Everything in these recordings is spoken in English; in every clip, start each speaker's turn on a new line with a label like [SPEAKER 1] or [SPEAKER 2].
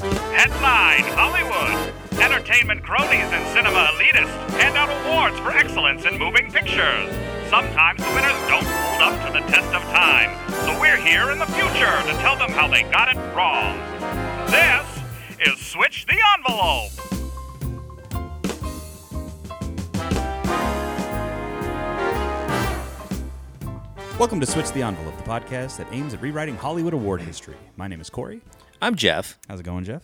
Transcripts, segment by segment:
[SPEAKER 1] Headline Hollywood. Entertainment cronies and cinema elitists hand out awards for excellence in moving pictures. Sometimes the winners don't hold up to the test of time, so we're here in the future to tell them how they got it wrong. This is Switch the Envelope.
[SPEAKER 2] Welcome to Switch the Envelope, the podcast that aims at rewriting Hollywood award history. My name is Corey.
[SPEAKER 3] I'm Jeff.
[SPEAKER 2] How's it going, Jeff?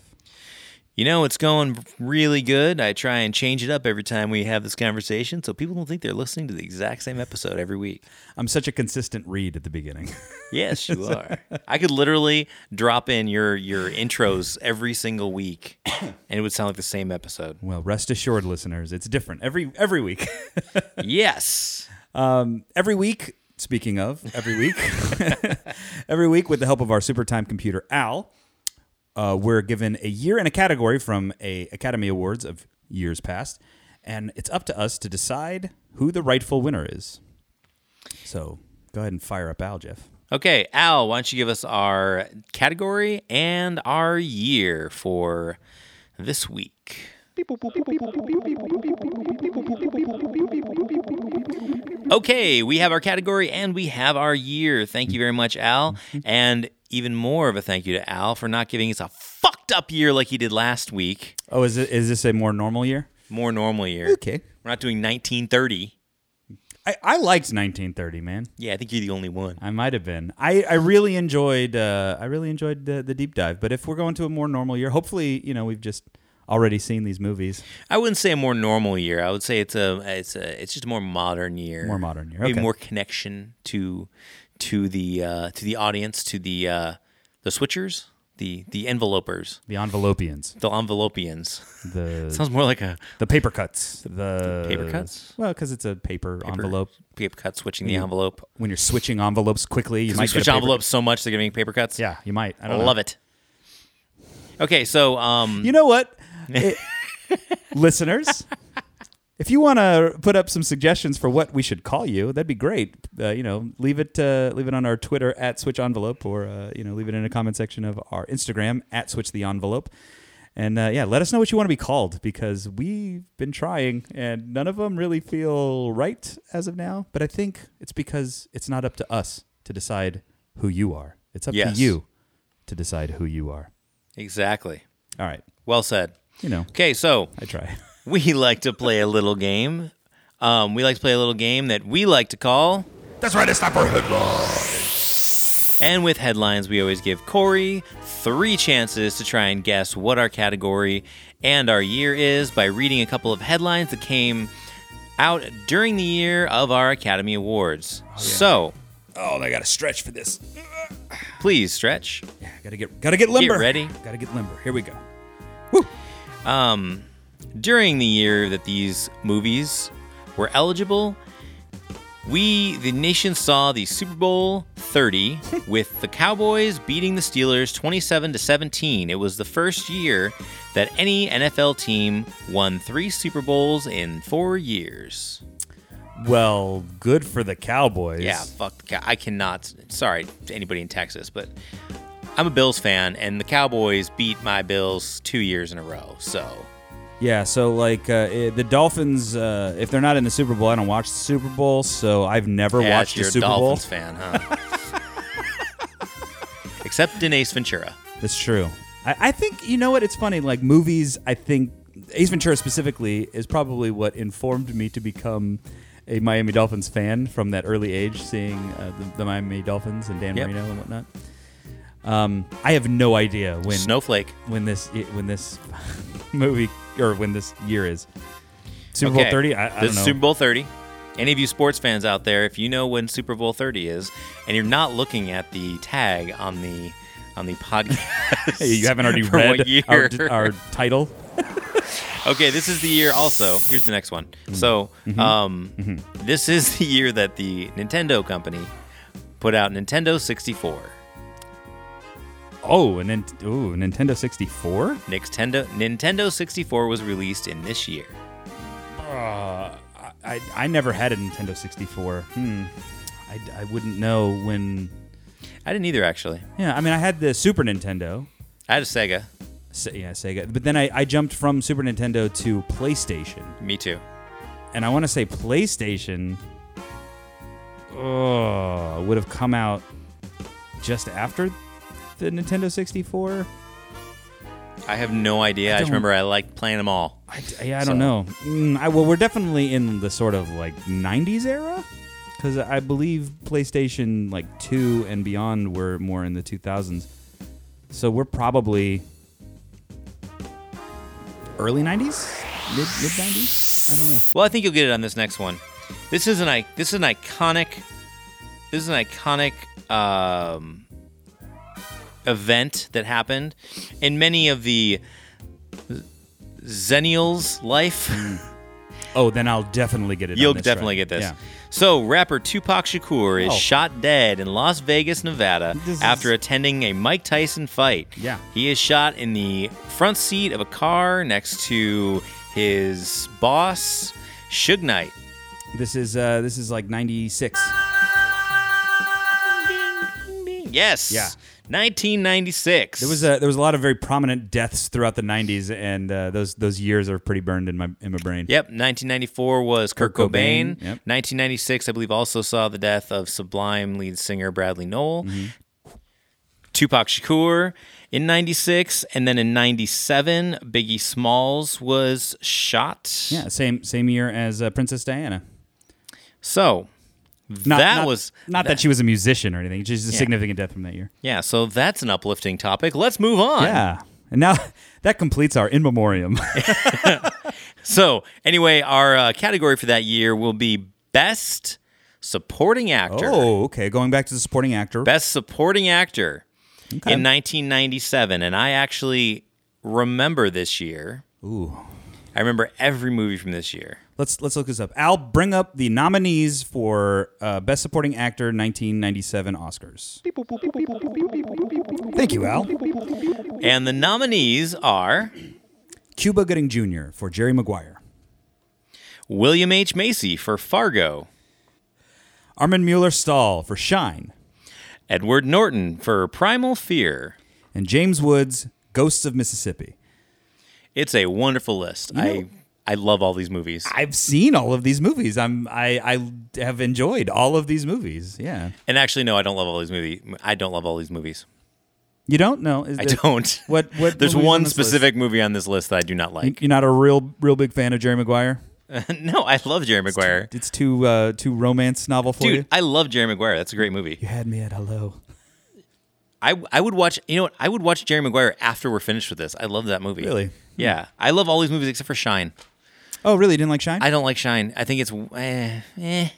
[SPEAKER 3] You know, it's going really good. I try and change it up every time we have this conversation so people don't think they're listening to the exact same episode every week.
[SPEAKER 2] I'm such a consistent read at the beginning.
[SPEAKER 3] Yes, you are. I could literally drop in your your intros every single week and it would sound like the same episode.
[SPEAKER 2] well, rest assured, listeners, it's different every every week.
[SPEAKER 3] Yes.
[SPEAKER 2] every week. Speaking of every week, every week with the help of our super time computer Al, uh, we're given a year and a category from a Academy Awards of years past, and it's up to us to decide who the rightful winner is. So go ahead and fire up Al, Jeff.
[SPEAKER 3] Okay, Al, why don't you give us our category and our year for this week? Okay, we have our category and we have our year. Thank you very much, Al. And even more of a thank you to Al for not giving us a fucked up year like he did last week.
[SPEAKER 2] Oh, is it, is this a more normal year?
[SPEAKER 3] More normal year.
[SPEAKER 2] Okay.
[SPEAKER 3] We're not doing 1930.
[SPEAKER 2] I, I liked 1930, man.
[SPEAKER 3] Yeah, I think you're the only one.
[SPEAKER 2] I might have been. I, I really enjoyed uh, I really enjoyed the, the deep dive. But if we're going to a more normal year, hopefully you know we've just already seen these movies.
[SPEAKER 3] I wouldn't say a more normal year. I would say it's a it's a it's just a more modern year.
[SPEAKER 2] More modern year, okay.
[SPEAKER 3] Maybe more connection to to the uh, to the audience, to the uh, the switchers, the the envelopers,
[SPEAKER 2] The envelopians,
[SPEAKER 3] the envelopians.
[SPEAKER 2] the
[SPEAKER 3] Sounds more like a
[SPEAKER 2] the paper cuts, the
[SPEAKER 3] Paper cuts?
[SPEAKER 2] Well, because it's a paper, envelope.
[SPEAKER 3] paper cut switching the envelope.
[SPEAKER 2] When you're switching envelopes quickly, you
[SPEAKER 3] They
[SPEAKER 2] might get a
[SPEAKER 3] switch
[SPEAKER 2] paper-
[SPEAKER 3] envelopes so much they're gonna make paper cuts.
[SPEAKER 2] Yeah, you might. I
[SPEAKER 3] I
[SPEAKER 2] don't know.
[SPEAKER 3] love it. Okay, so um,
[SPEAKER 2] You know what, It- listeners? If you want to put up some suggestions for what we should call you, that'd be great. Uh, you know, leave it uh, leave it on our Twitter at Switch Envelope, or uh, you know, leave it in a comment section of our Instagram at Switch the Envelope. And uh, yeah, let us know what you want to be called because we've been trying, and none of them really feel right as of now. But I think it's because it's not up to us to decide who you are. It's up
[SPEAKER 3] Yes.
[SPEAKER 2] to you to decide who you are.
[SPEAKER 3] exactly.
[SPEAKER 2] All right,
[SPEAKER 3] Well said.
[SPEAKER 2] you know,
[SPEAKER 3] Okay, so
[SPEAKER 2] I try.
[SPEAKER 3] we like to play a little game. Um, we like to play a little game that we like to call.
[SPEAKER 2] That's right, it's time for
[SPEAKER 3] And with headlines, we always give Corey three chances to try and guess what our category and our year is by reading a couple of headlines that came out during the year of our Academy Awards. So
[SPEAKER 2] Oh, I gotta stretch for this.
[SPEAKER 3] please stretch.
[SPEAKER 2] Yeah, gotta get gotta get limber.
[SPEAKER 3] ready.
[SPEAKER 2] Gotta get limber. Here we go.
[SPEAKER 3] during the year that these movies were eligible, we, the nation, saw the Super Bowl 30 with the Cowboys beating the Steelers 27 to 17. It was the first year that any NFL team won three Super Bowls in four years.
[SPEAKER 2] Well, good for the Cowboys.
[SPEAKER 3] Yeah, fuck the cow. I cannot. Sorry to anybody in Texas, but I'm a Bills fan, and the Cowboys beat my Bills two years in a row. So
[SPEAKER 2] Yeah. So like uh, eh, the Dolphins, uh, if they're not in the Super Bowl, I don't watch the Super Bowl, so I've never
[SPEAKER 3] Yeah,
[SPEAKER 2] watched the
[SPEAKER 3] you're a
[SPEAKER 2] Super
[SPEAKER 3] Dolphins fan, huh? Except in Ace Ventura.
[SPEAKER 2] Bowl. That's true. I, I think you know what? It's funny. Like movies, I think Ace Ventura specifically is probably what informed me to become. A Miami Dolphins fan from that early age, seeing uh, the, the Miami Dolphins and Dan
[SPEAKER 3] Yep.
[SPEAKER 2] Marino and whatnot. Um, I have no idea when
[SPEAKER 3] Snowflake.
[SPEAKER 2] when this when this movie or when this year is Super
[SPEAKER 3] okay.
[SPEAKER 2] Bowl thirty. I, I
[SPEAKER 3] this
[SPEAKER 2] don't
[SPEAKER 3] is
[SPEAKER 2] know.
[SPEAKER 3] Super Bowl 30. Any of you sports fans out there, if you know when Super Bowl 30 is, and you're not looking at the tag on the on the podcast,
[SPEAKER 2] Hey, you haven't already
[SPEAKER 3] for
[SPEAKER 2] read
[SPEAKER 3] what year?
[SPEAKER 2] our, our title.
[SPEAKER 3] okay, this is the year. Also, here's the next one. So,
[SPEAKER 2] Mm-hmm.
[SPEAKER 3] um, this is the year that the Nintendo company put out Nintendo 64,
[SPEAKER 2] Oh, and then ooh, Nintendo sixty four.
[SPEAKER 3] Nintendo Nintendo 64 was released in this year.
[SPEAKER 2] I I never had a Nintendo sixty four. Hmm. I, I wouldn't know when.
[SPEAKER 3] I didn't either, actually.
[SPEAKER 2] Yeah, I mean, I had the Super Nintendo.
[SPEAKER 3] I had a Sega.
[SPEAKER 2] Se- yeah, Sega. But then I, I jumped from Super Nintendo to PlayStation,
[SPEAKER 3] Me too.
[SPEAKER 2] and I want to say PlayStation. Oh, would have come out just after the Nintendo 64.
[SPEAKER 3] I have no idea. I, just
[SPEAKER 2] don't-
[SPEAKER 3] remember I liked playing them all.
[SPEAKER 2] I, d- yeah, I
[SPEAKER 3] So-
[SPEAKER 2] don't know. Mm, I, well, we're definitely in the sort of like '90s era, because I believe PlayStation like two and beyond were more in the 2000s. So we're probably early '90s, mid mid '90s. I don't know.
[SPEAKER 3] Well, I think you'll get it on this next one. This is an i- this is an iconic this is an iconic um, event that happened in many of the Zennials' life.
[SPEAKER 2] Oh, then I'll definitely get it. on
[SPEAKER 3] You'll
[SPEAKER 2] this
[SPEAKER 3] definitely
[SPEAKER 2] right.
[SPEAKER 3] get this.
[SPEAKER 2] Yeah.
[SPEAKER 3] So, rapper Tupac Shakur is
[SPEAKER 2] Oh.
[SPEAKER 3] shot dead in Las Vegas, Nevada,
[SPEAKER 2] This is-
[SPEAKER 3] after attending a Mike Tyson fight.
[SPEAKER 2] Yeah.
[SPEAKER 3] He is shot in the front seat of a car next to his boss, Suge Knight.
[SPEAKER 2] This is uh, this is like '96.
[SPEAKER 3] Yes.
[SPEAKER 2] Yeah.
[SPEAKER 3] 1996.
[SPEAKER 2] There was a, uh, there was a lot of very prominent deaths throughout the '90s, and uh, those those years are pretty burned in my in my brain.
[SPEAKER 3] Yep, 1994 was Kurt,
[SPEAKER 2] Kurt
[SPEAKER 3] Cobain.
[SPEAKER 2] Cobain, yep.
[SPEAKER 3] 1996, I believe, also saw the death of Sublime lead singer Bradley Noel.
[SPEAKER 2] Mm-hmm.
[SPEAKER 3] Tupac Shakur in 96. And then in 97, Biggie Smalls was shot.
[SPEAKER 2] Yeah, same same year as uh, Princess Diana.
[SPEAKER 3] So that was.
[SPEAKER 2] not that, she was a musician or anything. She's a significant death from that year.
[SPEAKER 3] Yeah, so that's an uplifting topic. Let's move on.
[SPEAKER 2] Yeah, and now that completes our in memoriam.
[SPEAKER 3] So, anyway, our uh, category for that year will be Best Supporting Actor.
[SPEAKER 2] oh, okay. Going back to the supporting actor.
[SPEAKER 3] Best Supporting Actor in 1997, and I actually remember this year.
[SPEAKER 2] Ooh.
[SPEAKER 3] I remember every movie from this year.
[SPEAKER 2] Let's let's look this up. I'll bring up the nominees for uh, best supporting actor 1997 Oscars. Thank you, Al.
[SPEAKER 3] And the nominees are
[SPEAKER 2] Cuba Gooding Jr. for Jerry Maguire.
[SPEAKER 3] William H. Macy for Fargo,
[SPEAKER 2] Armin Mueller Stahl for Shine,
[SPEAKER 3] Edward Norton for Primal Fear.
[SPEAKER 2] and James Woods Ghosts of Mississippi.
[SPEAKER 3] It's a wonderful list. I I love all these movies.
[SPEAKER 2] I've seen all of these movies. I'm I, I have enjoyed all of these movies. Yeah.
[SPEAKER 3] and actually, no, I don't love all these movies. I don't love all these movies.
[SPEAKER 2] You don't know? Is
[SPEAKER 3] I
[SPEAKER 2] there-
[SPEAKER 3] don't.
[SPEAKER 2] What what movies
[SPEAKER 3] There's
[SPEAKER 2] on
[SPEAKER 3] one
[SPEAKER 2] this list?
[SPEAKER 3] specific movie on this list that I do not like.
[SPEAKER 2] You're not a real real big fan of Jerry Maguire?
[SPEAKER 3] no, I love Jerry Maguire.
[SPEAKER 2] It's too uh too romance novel for you.
[SPEAKER 3] Dude, I love Jerry Maguire. That's a great movie.
[SPEAKER 2] You had me at hello.
[SPEAKER 3] I I would watch. You know what? I would watch Jerry Maguire after we're finished with this. I love that movie.
[SPEAKER 2] Really?
[SPEAKER 3] Yeah. I love all these movies except for Shine.
[SPEAKER 2] Oh, really? You didn't like Shine?
[SPEAKER 3] I don't like Shine. I think it's eh, eh.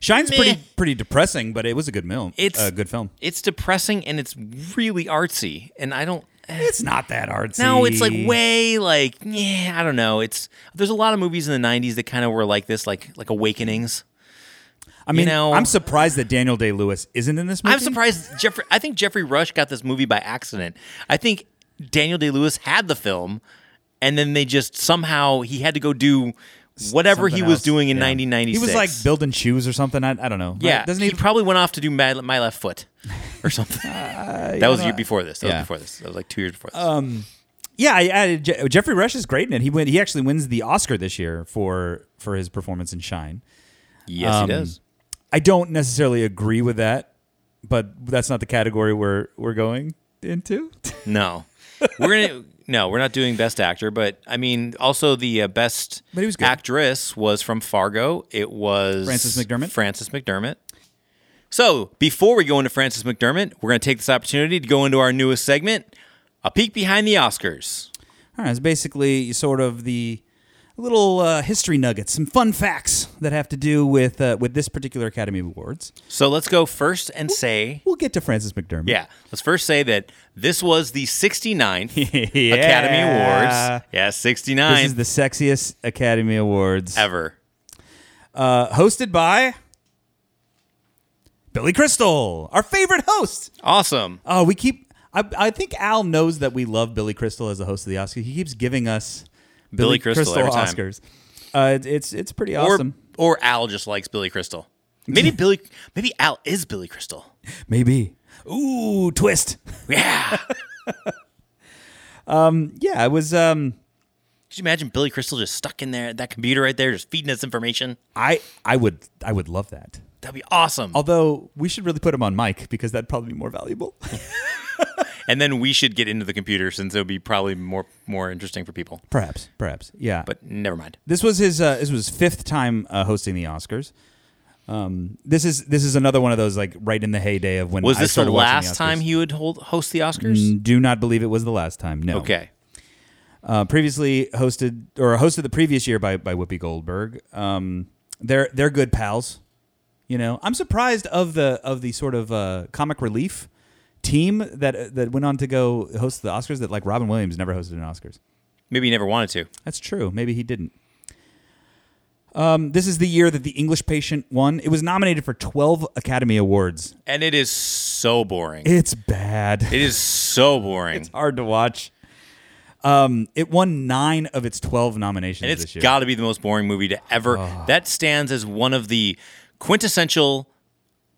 [SPEAKER 2] Shine's
[SPEAKER 3] Meh.
[SPEAKER 2] pretty pretty depressing, but it was a good film.
[SPEAKER 3] It's-
[SPEAKER 2] a good film.
[SPEAKER 3] it's depressing and it's really artsy. And I don't. eh.
[SPEAKER 2] It's not that artsy.
[SPEAKER 3] No, it's like way like yeah. I don't know. It's there's a lot of movies in the '90s that kind of were like this, like like Awakenings.
[SPEAKER 2] I mean,
[SPEAKER 3] know-
[SPEAKER 2] I'm surprised that Daniel Day Lewis isn't in this movie.
[SPEAKER 3] I'm surprised Jeffrey. I think Jeffrey Rush got this movie by accident. I think Daniel Day Lewis had the film, and then they just somehow he had to go do whatever he
[SPEAKER 2] Something
[SPEAKER 3] was
[SPEAKER 2] else.
[SPEAKER 3] doing in
[SPEAKER 2] Yeah.
[SPEAKER 3] 1996.
[SPEAKER 2] He was like building shoes or something. I, I don't know.
[SPEAKER 3] yeah,
[SPEAKER 2] Doesn't
[SPEAKER 3] he,
[SPEAKER 2] he?
[SPEAKER 3] probably went off to do my, my left foot or something. that was year before this.
[SPEAKER 2] Uh,
[SPEAKER 3] That
[SPEAKER 2] yeah. Um,
[SPEAKER 3] was before this. That was like two years before this.
[SPEAKER 2] Yeah, I, I, Je- Jeffrey Rush is great in it. He win, he actually wins the Oscar this year for for his performance in Shine.
[SPEAKER 3] yes,
[SPEAKER 2] um,
[SPEAKER 3] he does.
[SPEAKER 2] I don't necessarily agree with that, but that's not the category we're we're going into.
[SPEAKER 3] No, we're gonna. No, we're not doing best actor, but I mean, also the uh, best
[SPEAKER 2] But he was good.
[SPEAKER 3] actress was from Fargo. It was
[SPEAKER 2] Frances McDermott?
[SPEAKER 3] Frances McDermott. So before we go into Frances McDermott, we're gonna take this opportunity to go into our newest segment, a peek behind the Oscars.
[SPEAKER 2] All right, it's basically sort of the little uh, history nuggets, some fun facts that have to do with uh, with this particular Academy Awards.
[SPEAKER 3] So let's go first and say,
[SPEAKER 2] We'll get to Francis McDermott.
[SPEAKER 3] yeah, let's first say that this was the 69th
[SPEAKER 2] Yeah.
[SPEAKER 3] Academy Awards. Yeah, 69
[SPEAKER 2] This is the sexiest Academy Awards
[SPEAKER 3] ever.
[SPEAKER 2] Uh, hosted by Billy Crystal, our favorite host.
[SPEAKER 3] Awesome.
[SPEAKER 2] Oh, we keep. I, I think Al knows that we love Billy Crystal as the host of the Oscars. He keeps giving us
[SPEAKER 3] Billy Crystal every time.
[SPEAKER 2] Oscars. Uh, it- it's it's pretty
[SPEAKER 3] or
[SPEAKER 2] awesome.
[SPEAKER 3] or Al just likes Billy Crystal. Maybe Billy, maybe Al is Billy Crystal.
[SPEAKER 2] Maybe. Ooh, twist.
[SPEAKER 3] Yeah,
[SPEAKER 2] Um, yeah, it was. Um,
[SPEAKER 3] Could you imagine Billy Crystal just stuck in there at that computer right there, just feeding us information?
[SPEAKER 2] I I would I would love that.
[SPEAKER 3] That'd be awesome.
[SPEAKER 2] Although we should really put him on mic because that'd probably be more valuable.
[SPEAKER 3] and then we should get into the computer since it would be probably more more interesting for people.
[SPEAKER 2] perhaps, perhaps, yeah.
[SPEAKER 3] But never mind.
[SPEAKER 2] This was his. Uh, this was his fifth time uh, hosting the Oscars. Um, this is this is another one of those like right in the heyday of when
[SPEAKER 3] Was
[SPEAKER 2] I
[SPEAKER 3] this the
[SPEAKER 2] started watching
[SPEAKER 3] last
[SPEAKER 2] Oscars.
[SPEAKER 3] time he would hold, host the Oscars?
[SPEAKER 2] Do not believe it was the last time. No.
[SPEAKER 3] Okay.
[SPEAKER 2] Uh, previously hosted or hosted the previous year by by Whoopi Goldberg. Um, they're they're good pals. You know, I'm surprised of the of the sort of uh, comic relief team that that went on to go host the Oscars. That like Robin Williams never hosted an Oscars.
[SPEAKER 3] Maybe he never wanted to.
[SPEAKER 2] That's true. Maybe he didn't. Um, this is the year that The English Patient won. It was nominated for 12 Academy Awards.
[SPEAKER 3] And it is so boring.
[SPEAKER 2] It's bad.
[SPEAKER 3] It is so boring.
[SPEAKER 2] hard to watch. Um, it won nine of its 12 nominations
[SPEAKER 3] and it's
[SPEAKER 2] this year.
[SPEAKER 3] got to be the most boring movie to ever. That stands as one of the quintessential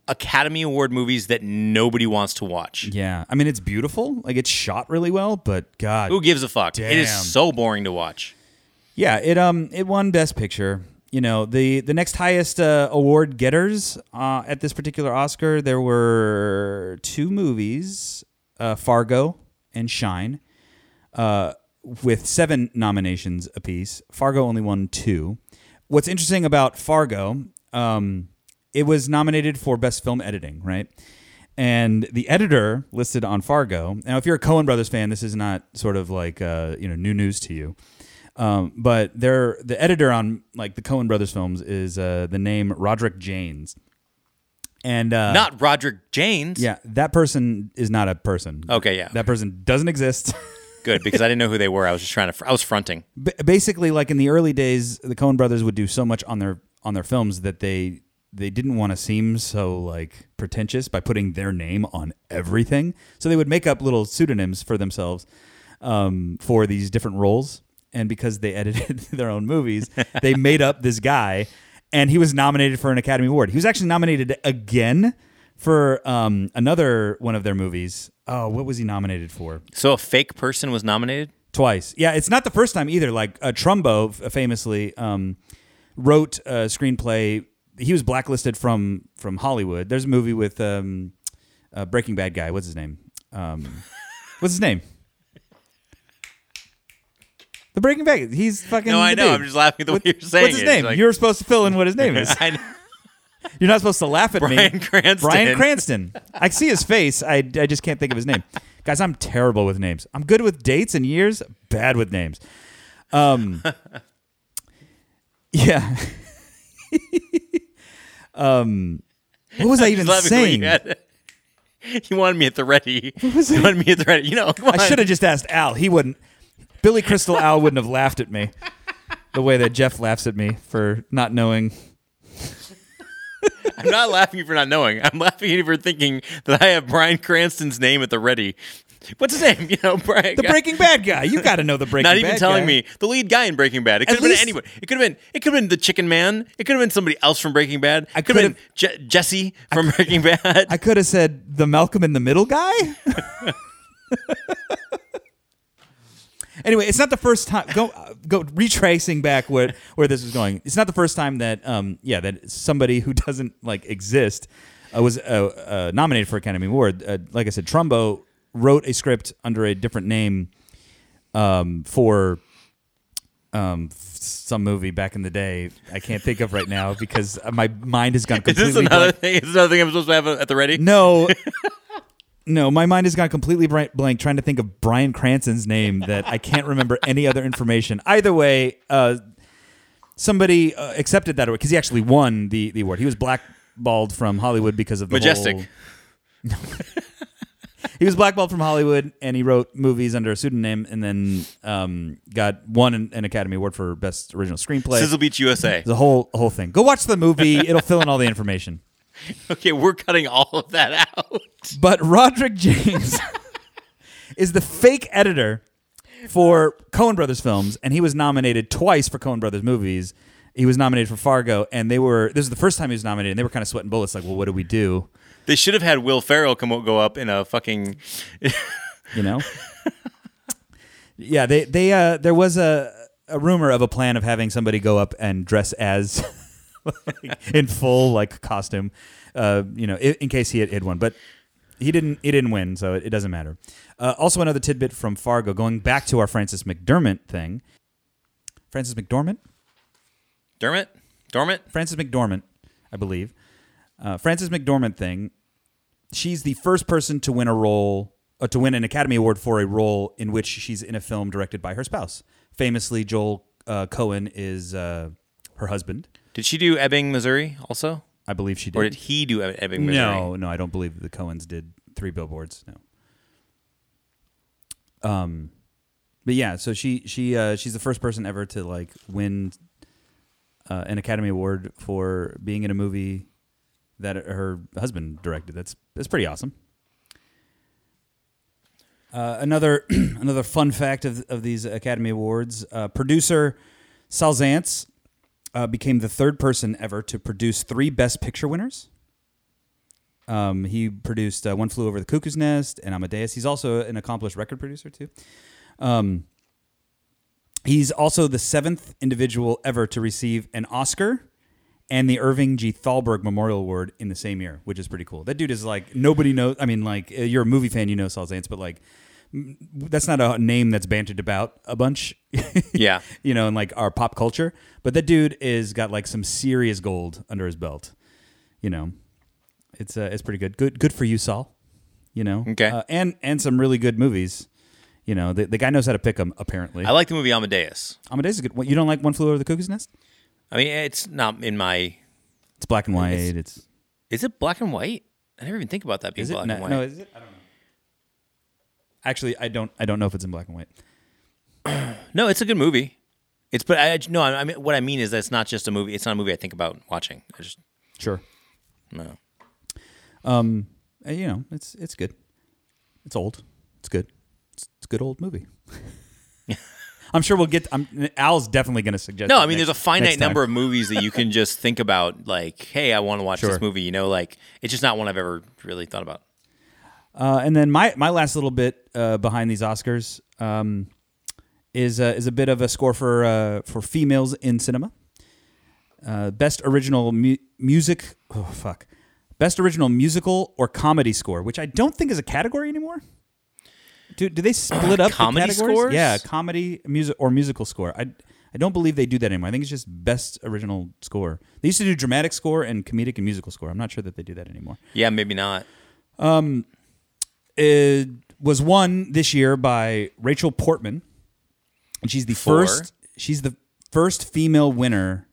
[SPEAKER 3] Academy Award movies that nobody wants to watch.
[SPEAKER 2] yeah. I mean, it's beautiful. Like, it's shot really well, but God.
[SPEAKER 3] Who gives a fuck? It is
[SPEAKER 2] Damn.
[SPEAKER 3] so boring to watch.
[SPEAKER 2] Yeah, it um it won Best Picture. You know the the next highest uh, award getters uh, at this particular Oscar there were two movies, uh, Fargo and Shine, uh, with seven nominations apiece. Fargo only won two. What's interesting about Fargo, um, it was nominated for Best Film Editing, right? And the editor listed on Fargo. Now, if you're a Coen Brothers fan, this is not sort of like uh, you know new news to you. Um, but they're, the editor on like the Coen Brothers films is uh, the name Roderick Janes, and uh,
[SPEAKER 3] Not Roderick James.
[SPEAKER 2] yeah, that person is not a person.
[SPEAKER 3] Okay, yeah.
[SPEAKER 2] that person doesn't exist.
[SPEAKER 3] Good because I didn't know who they were. I was just trying to. Fr- I was fronting.
[SPEAKER 2] B- basically, like in the early days, the Coen Brothers would do so much on their on their films that they they didn't want to seem so like pretentious by putting their name on everything. So they would make up little pseudonyms for themselves um, for these different roles. And because they edited their own movies, they made up this guy, and he was nominated for an Academy Award. He was actually nominated again for um, another one of their movies. Oh, what was he nominated for?
[SPEAKER 3] So a fake person was nominated.
[SPEAKER 2] twice. Yeah, it's not the first time either. Like uh, Trumbo f- famously um, wrote a screenplay. He was blacklisted from from Hollywood. There's a movie with um, uh, Breaking Bad guy. What's his name? Um, what's his name? The Breaking Bad. He's fucking.
[SPEAKER 3] No, I
[SPEAKER 2] the
[SPEAKER 3] know.
[SPEAKER 2] dude.
[SPEAKER 3] I'm just laughing at the way
[SPEAKER 2] What-
[SPEAKER 3] you're saying
[SPEAKER 2] What's his
[SPEAKER 3] it. It's
[SPEAKER 2] name?
[SPEAKER 3] like-
[SPEAKER 2] You're supposed to fill in what his name is.
[SPEAKER 3] I know.
[SPEAKER 2] You're not supposed to laugh at me.
[SPEAKER 3] Bryan Cranston.
[SPEAKER 2] Brian Cranston. I see his face. I, I just can't think of his name. Guys, I'm terrible with names. I'm good with dates and years, bad with names. Um, yeah. um, what was I even
[SPEAKER 3] Laughing at the way
[SPEAKER 2] saying?
[SPEAKER 3] You, had it. You wanted me at the ready.
[SPEAKER 2] was
[SPEAKER 3] You wanted me at the ready. You know. come
[SPEAKER 2] I
[SPEAKER 3] on.
[SPEAKER 2] should have just asked Al. He wouldn't. Billy Crystal Al wouldn't have laughed at me the way that Jeff laughs at me for not knowing.
[SPEAKER 3] I'm not laughing at you for not knowing. I'm laughing at you for thinking that I have Brian Cranston's name at the ready. What's his name? You know, Brian.
[SPEAKER 2] The Breaking Bad guy. You got to know the Breaking
[SPEAKER 3] Not
[SPEAKER 2] Bad
[SPEAKER 3] even telling
[SPEAKER 2] guy.
[SPEAKER 3] me the lead guy in Breaking Bad. It could have been
[SPEAKER 2] least-
[SPEAKER 3] anyone. It could have been. It could have been the Chicken Man. It could have been somebody else from Breaking Bad.
[SPEAKER 2] I
[SPEAKER 3] It could have been
[SPEAKER 2] could've-
[SPEAKER 3] Je- Jesse from Breaking Bad.
[SPEAKER 2] I could have said the Malcolm in the Middle guy. anyway, it's not the first time. Go go retracing back where where this was going. It's not the first time that um yeah that somebody who doesn't like exist uh, was uh, uh, nominated for Academy Award. Uh, like I said, Trumbo wrote a script under a different name um for um f- some movie back in the day i can't think of right now because my mind has gone
[SPEAKER 3] Is
[SPEAKER 2] completely
[SPEAKER 3] this another
[SPEAKER 2] blank.
[SPEAKER 3] thing? Is this another thing I'm supposed to have at the ready?
[SPEAKER 2] No. No, my mind has gone completely bri- blank trying to think of Brian Cranston's name that I can't remember any other information. Either way, uh, somebody uh, accepted that award because he actually won the, the award. He was blackballed from Hollywood because of the
[SPEAKER 3] Majestic.
[SPEAKER 2] whole- he was blackballed from Hollywood and he wrote movies under a pseudonym and then um, got won an, an Academy Award for Best Original Screenplay.
[SPEAKER 3] Sizzle Beach, USA.
[SPEAKER 2] The whole whole thing. Go watch the movie. It'll fill in all the information.
[SPEAKER 3] Okay, we're cutting all of that out.
[SPEAKER 2] But Roderick James is the fake editor for Coen Brothers films, and he was nominated twice for Coen Brothers movies. He was nominated for Fargo, and they were. This is the first time he was nominated, and they were kind of sweating bullets. Like, well, what do we do?
[SPEAKER 3] They should have had Will Ferrell come o- go up in a fucking.
[SPEAKER 2] You know. Yeah, they they uh, there was a a rumor of a plan of having somebody go up and dress as like, in full like costume, uh, you know, in, in case he had, had won, but he didn't. He didn't win, so it, it doesn't matter. Uh, also, another tidbit from Fargo, going back to our Francis McDermott thing. Francis McDormand.
[SPEAKER 3] Dermot? Dormant?
[SPEAKER 2] Frances McDormand, I believe. Uh, Frances McDormand thing. She's the first person to win a role, uh, to win an Academy Award for a role in which she's in a film directed by her spouse. Famously, Joel uh, Cohen is uh, her husband.
[SPEAKER 3] Did she do Ebbing, Missouri also?
[SPEAKER 2] I believe she did.
[SPEAKER 3] Or did he do E- Eb- Ebbing, Missouri?
[SPEAKER 2] no, no, I don't believe the Cohens did three billboards. No. Um, but yeah, so she she uh, she's the first person ever to like win uh, an Academy Award for being in a movie that her husband directed. That's that's pretty awesome. Uh, another another fun fact of of these Academy Awards: uh, producer Sal Zance uh, became the third person ever to produce three Best Picture winners. Um, he produced uh, One Flew Over the Cuckoo's Nest and Amadeus. He's also an accomplished record producer too. Um, He's also the seventh individual ever to receive an Oscar and the Irving G. Thalberg Memorial Award in the same year, which is pretty cool. That dude is like nobody knows. I mean, like uh, you're a movie fan, you know Saul Zance, but like m- that's not a name that's bantered about a bunch.
[SPEAKER 3] Yeah.
[SPEAKER 2] you know, in like our pop culture. But that dude is got like some serious gold under his belt. You know, it's uh, it's pretty good. Good good for you, Saul. You know,
[SPEAKER 3] Okay.
[SPEAKER 2] uh, and and some really good movies. You know, the, the guy knows how to pick them. Apparently,
[SPEAKER 3] I like the movie Amadeus.
[SPEAKER 2] Amadeus is good. What, you don't like One Flew Over the Cuckoo's Nest?
[SPEAKER 3] I mean, it's not in my.
[SPEAKER 2] It's black and white. It's,
[SPEAKER 3] Is it black and white? I never even think about that being
[SPEAKER 2] is it
[SPEAKER 3] black
[SPEAKER 2] no,
[SPEAKER 3] and white.
[SPEAKER 2] no? Is it? I don't know. Actually, I don't. I don't know if it's in black and white.
[SPEAKER 3] No, it's a good movie. It's but I no, I, I mean what I mean is that it's not just a movie. It's not a movie I think about watching. I just
[SPEAKER 2] Sure.
[SPEAKER 3] no.
[SPEAKER 2] Um, uh, you know, it's it's good. It's old. It's good. It's, it's a good old movie. I'm sure we'll get. I'm, Al's definitely going to suggest.
[SPEAKER 3] No,
[SPEAKER 2] it
[SPEAKER 3] I mean
[SPEAKER 2] next-
[SPEAKER 3] there's a finite
[SPEAKER 2] next time.
[SPEAKER 3] number of movies that you can just think about. Like, hey, I want to watch
[SPEAKER 2] Sure.
[SPEAKER 3] this movie. You know, like it's just not one I've ever really thought about.
[SPEAKER 2] Uh, and then my my last little bit uh, behind these Oscars um, is uh, is a bit of a score for uh, for females in cinema. Uh, best original mu- music. Oh fuck. Best original musical or comedy score, which I don't think is a category anymore. Do, do they split up the
[SPEAKER 3] Comedy
[SPEAKER 2] categories?
[SPEAKER 3] scores?
[SPEAKER 2] Yeah, comedy music or musical score. I I don't believe they do that anymore. I think it's just best original score. They used to do dramatic score and comedic and musical score. I'm not sure that they do that anymore
[SPEAKER 3] Yeah, maybe not.
[SPEAKER 2] it was won this year by Rachel Portman, and she's the
[SPEAKER 3] For?
[SPEAKER 2] first. She's the first female winner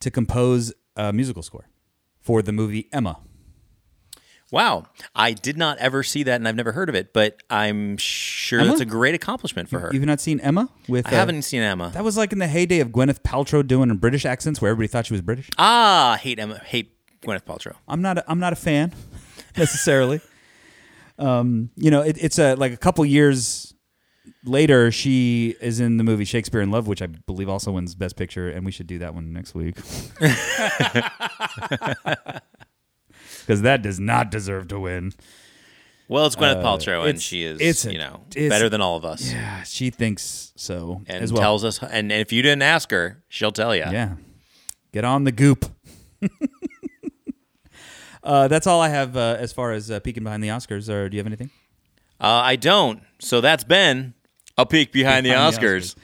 [SPEAKER 2] to compose a musical score for the movie Emma.
[SPEAKER 3] Wow, I did not ever see that, and I've never heard of it. But I'm sure
[SPEAKER 2] Emma?
[SPEAKER 3] that's a great accomplishment for her.
[SPEAKER 2] You've not seen Emma with
[SPEAKER 3] I
[SPEAKER 2] uh,
[SPEAKER 3] haven't seen Emma.
[SPEAKER 2] That was like in the heyday of Gwyneth Paltrow doing in British accents, where everybody thought she was British.
[SPEAKER 3] ah, I hate Emma. Hate Gwyneth Paltrow.
[SPEAKER 2] I'm not. A, I'm not a fan necessarily. um, you know, it, it's a like a couple years later. She is in the movie Shakespeare in Love, which I believe also wins Best Picture, and we should do that one next week because that does not deserve to win.
[SPEAKER 3] Well, it's Gwyneth Paltrow, and
[SPEAKER 2] Uh, it's-
[SPEAKER 3] she is
[SPEAKER 2] it's a-
[SPEAKER 3] you know
[SPEAKER 2] it's-
[SPEAKER 3] better than all of us.
[SPEAKER 2] Yeah, she thinks so
[SPEAKER 3] and
[SPEAKER 2] as well.
[SPEAKER 3] tells us. And, and if you didn't ask her, she'll tell you.
[SPEAKER 2] Yeah. Get on the goop. uh, that's all I have uh, as far as uh, peeking behind the Oscars. Or do you have anything?
[SPEAKER 3] Uh, I don't. So that's been a peek behind,
[SPEAKER 2] Behind
[SPEAKER 3] the
[SPEAKER 2] the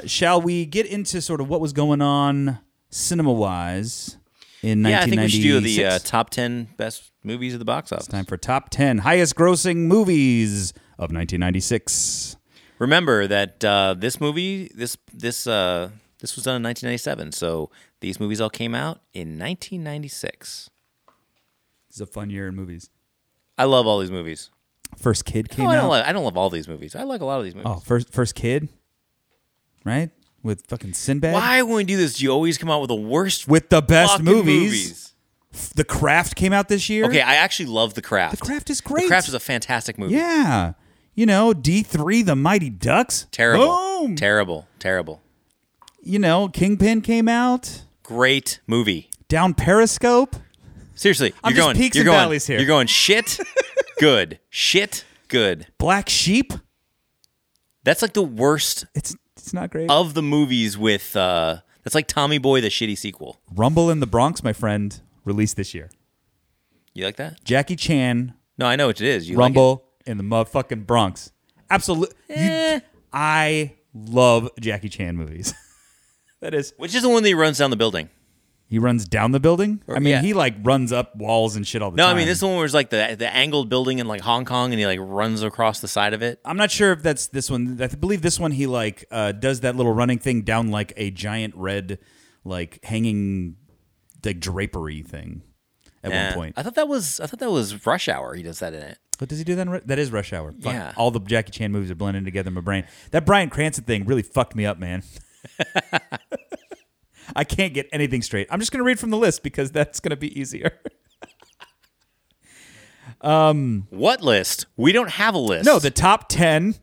[SPEAKER 3] Oscars.
[SPEAKER 2] shall we get into sort of what was going on cinema wise in
[SPEAKER 3] Yeah, I think we should do
[SPEAKER 2] 1996?
[SPEAKER 3] the uh, top ten best movies of the box office.
[SPEAKER 2] Time for top 10 highest grossing movies of 1996.
[SPEAKER 3] Remember that uh, this movie this this uh, this was done in 1997. So these movies all came out in 1996.
[SPEAKER 2] It's a fun year in movies.
[SPEAKER 3] I love all these movies.
[SPEAKER 2] First Kid came
[SPEAKER 3] No, I
[SPEAKER 2] out.
[SPEAKER 3] don't. Love, I don't love all these movies. I like a lot of these movies.
[SPEAKER 2] oh, first first Kid, right? With fucking Sinbad.
[SPEAKER 3] Why when we do this, do you always come out with the worst
[SPEAKER 2] With the best
[SPEAKER 3] fucking
[SPEAKER 2] movies. The Craft came out this year.
[SPEAKER 3] Okay, I actually love The Craft.
[SPEAKER 2] The Craft is great.
[SPEAKER 3] The Craft is a fantastic movie.
[SPEAKER 2] yeah, you know D three, The Mighty Ducks.
[SPEAKER 3] Terrible.
[SPEAKER 2] Boom.
[SPEAKER 3] Terrible. Terrible.
[SPEAKER 2] you know Kingpin came out.
[SPEAKER 3] Great movie.
[SPEAKER 2] Down Periscope.
[SPEAKER 3] Seriously, you're
[SPEAKER 2] I'm just
[SPEAKER 3] going.
[SPEAKER 2] peaks
[SPEAKER 3] you're
[SPEAKER 2] and
[SPEAKER 3] going.
[SPEAKER 2] valleys here.
[SPEAKER 3] You're going shit. good. Shit. Good.
[SPEAKER 2] Black Sheep.
[SPEAKER 3] That's like the worst
[SPEAKER 2] It's it's not great.
[SPEAKER 3] of the movies with uh that's like Tommy Boy the shitty sequel.
[SPEAKER 2] Rumble in the Bronx, my friend, released this year.
[SPEAKER 3] You like that?
[SPEAKER 2] Jackie Chan,
[SPEAKER 3] No, I know what it is. You like it?
[SPEAKER 2] Rumble in the motherfucking Bronx. Absolutely.
[SPEAKER 3] Eh.
[SPEAKER 2] I love Jackie Chan movies. that is,
[SPEAKER 3] Which is the one that he runs down the building?
[SPEAKER 2] he runs down the building. I mean,
[SPEAKER 3] yeah.
[SPEAKER 2] he like runs up walls and shit all the
[SPEAKER 3] No,
[SPEAKER 2] time.
[SPEAKER 3] I mean this one was like the the angled building in like Hong Kong, and he like runs across the side of it.
[SPEAKER 2] I'm not sure if that's this one. I th- believe this one he like uh, does that little running thing down like a giant red, like hanging, like drapery thing. At
[SPEAKER 3] Yeah.
[SPEAKER 2] one point,
[SPEAKER 3] I thought that was I thought that was Rush Hour. He does that in it.
[SPEAKER 2] What does he do then? Ru- That is Rush Hour. Fuck.
[SPEAKER 3] Yeah.
[SPEAKER 2] All the Jackie Chan movies are blending together in my brain. That Brian Cranston thing really fucked me up, man. I can't get anything straight. I'm just going to read from the list because that's going to be easier.
[SPEAKER 3] What list? We don't have a list.
[SPEAKER 2] No, the top Oh, 10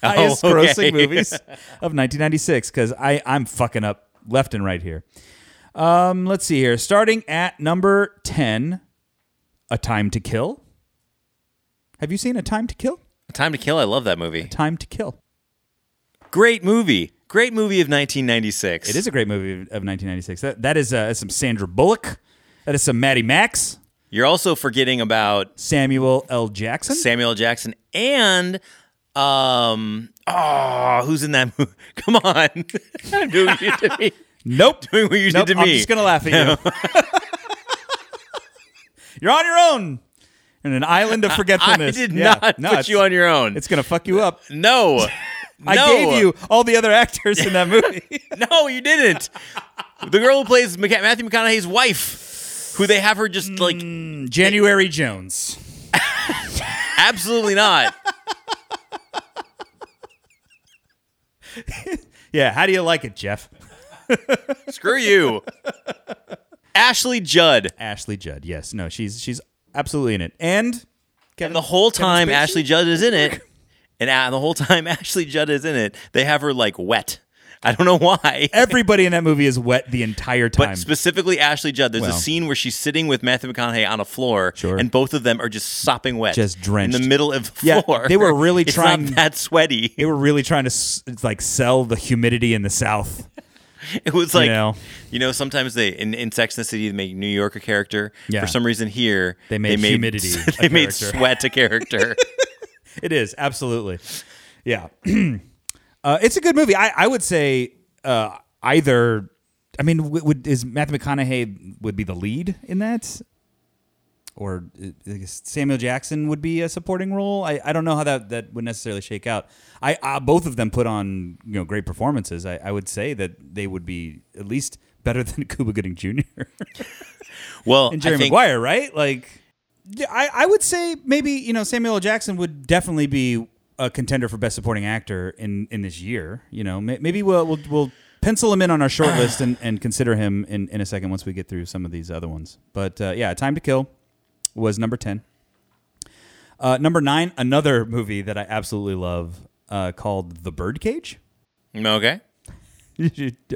[SPEAKER 2] highest
[SPEAKER 3] okay.
[SPEAKER 2] grossing movies of 1996 because I'm fucking up left and right here. Um, let's see here. Starting at number 10, A Time to Kill. Have you seen A Time to Kill?
[SPEAKER 3] Time to Kill. I love that movie.
[SPEAKER 2] Time to Kill.
[SPEAKER 3] Great movie. Great movie of 1996.
[SPEAKER 2] It is a great movie of 1996. That that is uh, that's some Sandra Bullock. That is some Maddie Max,
[SPEAKER 3] You're also forgetting about
[SPEAKER 2] Samuel L. Jackson.
[SPEAKER 3] Samuel L. Jackson and um oh who's in that movie? Come on, I'm doing what you did to me.
[SPEAKER 2] nope.
[SPEAKER 3] Doing what you
[SPEAKER 2] nope.
[SPEAKER 3] did to
[SPEAKER 2] I'm
[SPEAKER 3] me.
[SPEAKER 2] just gonna laugh at you. You're on your own in an island of
[SPEAKER 3] I
[SPEAKER 2] forgetfulness.
[SPEAKER 3] did
[SPEAKER 2] Yeah.
[SPEAKER 3] not
[SPEAKER 2] No,
[SPEAKER 3] put
[SPEAKER 2] it's-
[SPEAKER 3] you on your own.
[SPEAKER 2] It's gonna fuck you up.
[SPEAKER 3] no.
[SPEAKER 2] I
[SPEAKER 3] No.
[SPEAKER 2] gave you all the other actors in that movie.
[SPEAKER 3] No, you didn't. the girl who plays Mc- Matthew McConaughey's wife, who they have her just like
[SPEAKER 2] Mm. January Jones.
[SPEAKER 3] absolutely not.
[SPEAKER 2] Yeah. How do you like it, Jeff?
[SPEAKER 3] Screw you. Ashley Judd.
[SPEAKER 2] Ashley Judd. Yes. No. She's she's absolutely in it. And
[SPEAKER 3] And the whole time
[SPEAKER 2] Spacey?
[SPEAKER 3] Ashley Judd is in it, and uh, the whole time Ashley Judd is in it, they have her like wet. I don't know why.
[SPEAKER 2] everybody in that movie is wet the entire
[SPEAKER 3] But
[SPEAKER 2] time.
[SPEAKER 3] specifically Ashley Judd, there's a
[SPEAKER 2] Well.
[SPEAKER 3] scene where she's sitting with Matthew McConaughey on a floor,
[SPEAKER 2] Sure.
[SPEAKER 3] and both of them are just sopping wet,
[SPEAKER 2] Just drenched.
[SPEAKER 3] in the middle of the
[SPEAKER 2] Yeah,
[SPEAKER 3] floor.
[SPEAKER 2] they were really
[SPEAKER 3] It's
[SPEAKER 2] trying-
[SPEAKER 3] Not that sweaty.
[SPEAKER 2] they were really trying to s- it's like sell the humidity in the South.
[SPEAKER 3] It was like you know,
[SPEAKER 2] know.
[SPEAKER 3] sometimes they in, in Sex and the City they make New York a character.
[SPEAKER 2] Yeah.
[SPEAKER 3] For some reason here
[SPEAKER 2] They made humidity
[SPEAKER 3] They
[SPEAKER 2] a
[SPEAKER 3] made
[SPEAKER 2] character.
[SPEAKER 3] sweat a character.
[SPEAKER 2] It is absolutely, yeah. uh, it's a good movie. I, I would say uh, either. I mean, w- would is Matthew McConaughey would be the lead in that, or uh, I guess Samuel Jackson would be a supporting role? I, I don't know how that, that would necessarily shake out. I uh, both of them put on you know great performances. I, I would say that they would be at least better than Cuba Gooding Jr.
[SPEAKER 3] well,
[SPEAKER 2] and Jerry
[SPEAKER 3] I think
[SPEAKER 2] Maguire, right? Like, yeah, I, I would say maybe you know Samuel L. Jackson would definitely be a contender for best supporting actor in in this year. You know, may, maybe we'll, we'll we'll pencil him in on our short list and, and consider him in in a second once we get through some of these other ones. But uh, yeah, Time to Kill was number ten. Uh, number nine, another movie that I absolutely love uh, called The Birdcage.
[SPEAKER 3] Okay.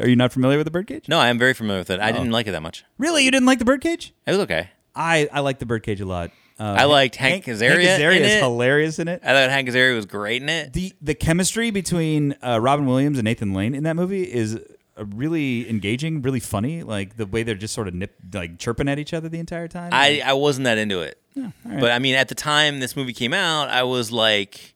[SPEAKER 2] Are you not familiar with The Birdcage?
[SPEAKER 3] No, I am very familiar with it. I
[SPEAKER 2] Oh.
[SPEAKER 3] didn't like it that much.
[SPEAKER 2] Really, you didn't like The Birdcage?
[SPEAKER 3] It was okay.
[SPEAKER 2] I I like the Birdcage a lot. Uh,
[SPEAKER 3] I liked Hank Azaria
[SPEAKER 2] Hank Azaria
[SPEAKER 3] in
[SPEAKER 2] is
[SPEAKER 3] it.
[SPEAKER 2] hilarious in it.
[SPEAKER 3] I thought Hank Azaria was great in it.
[SPEAKER 2] The the chemistry between uh, Robin Williams and Nathan Lane in that movie is uh, really engaging, really funny. Like the way they're just sort of nip like chirping at each other the entire time.
[SPEAKER 3] I, I wasn't that into it. But I mean, at the time this movie came out, I was like,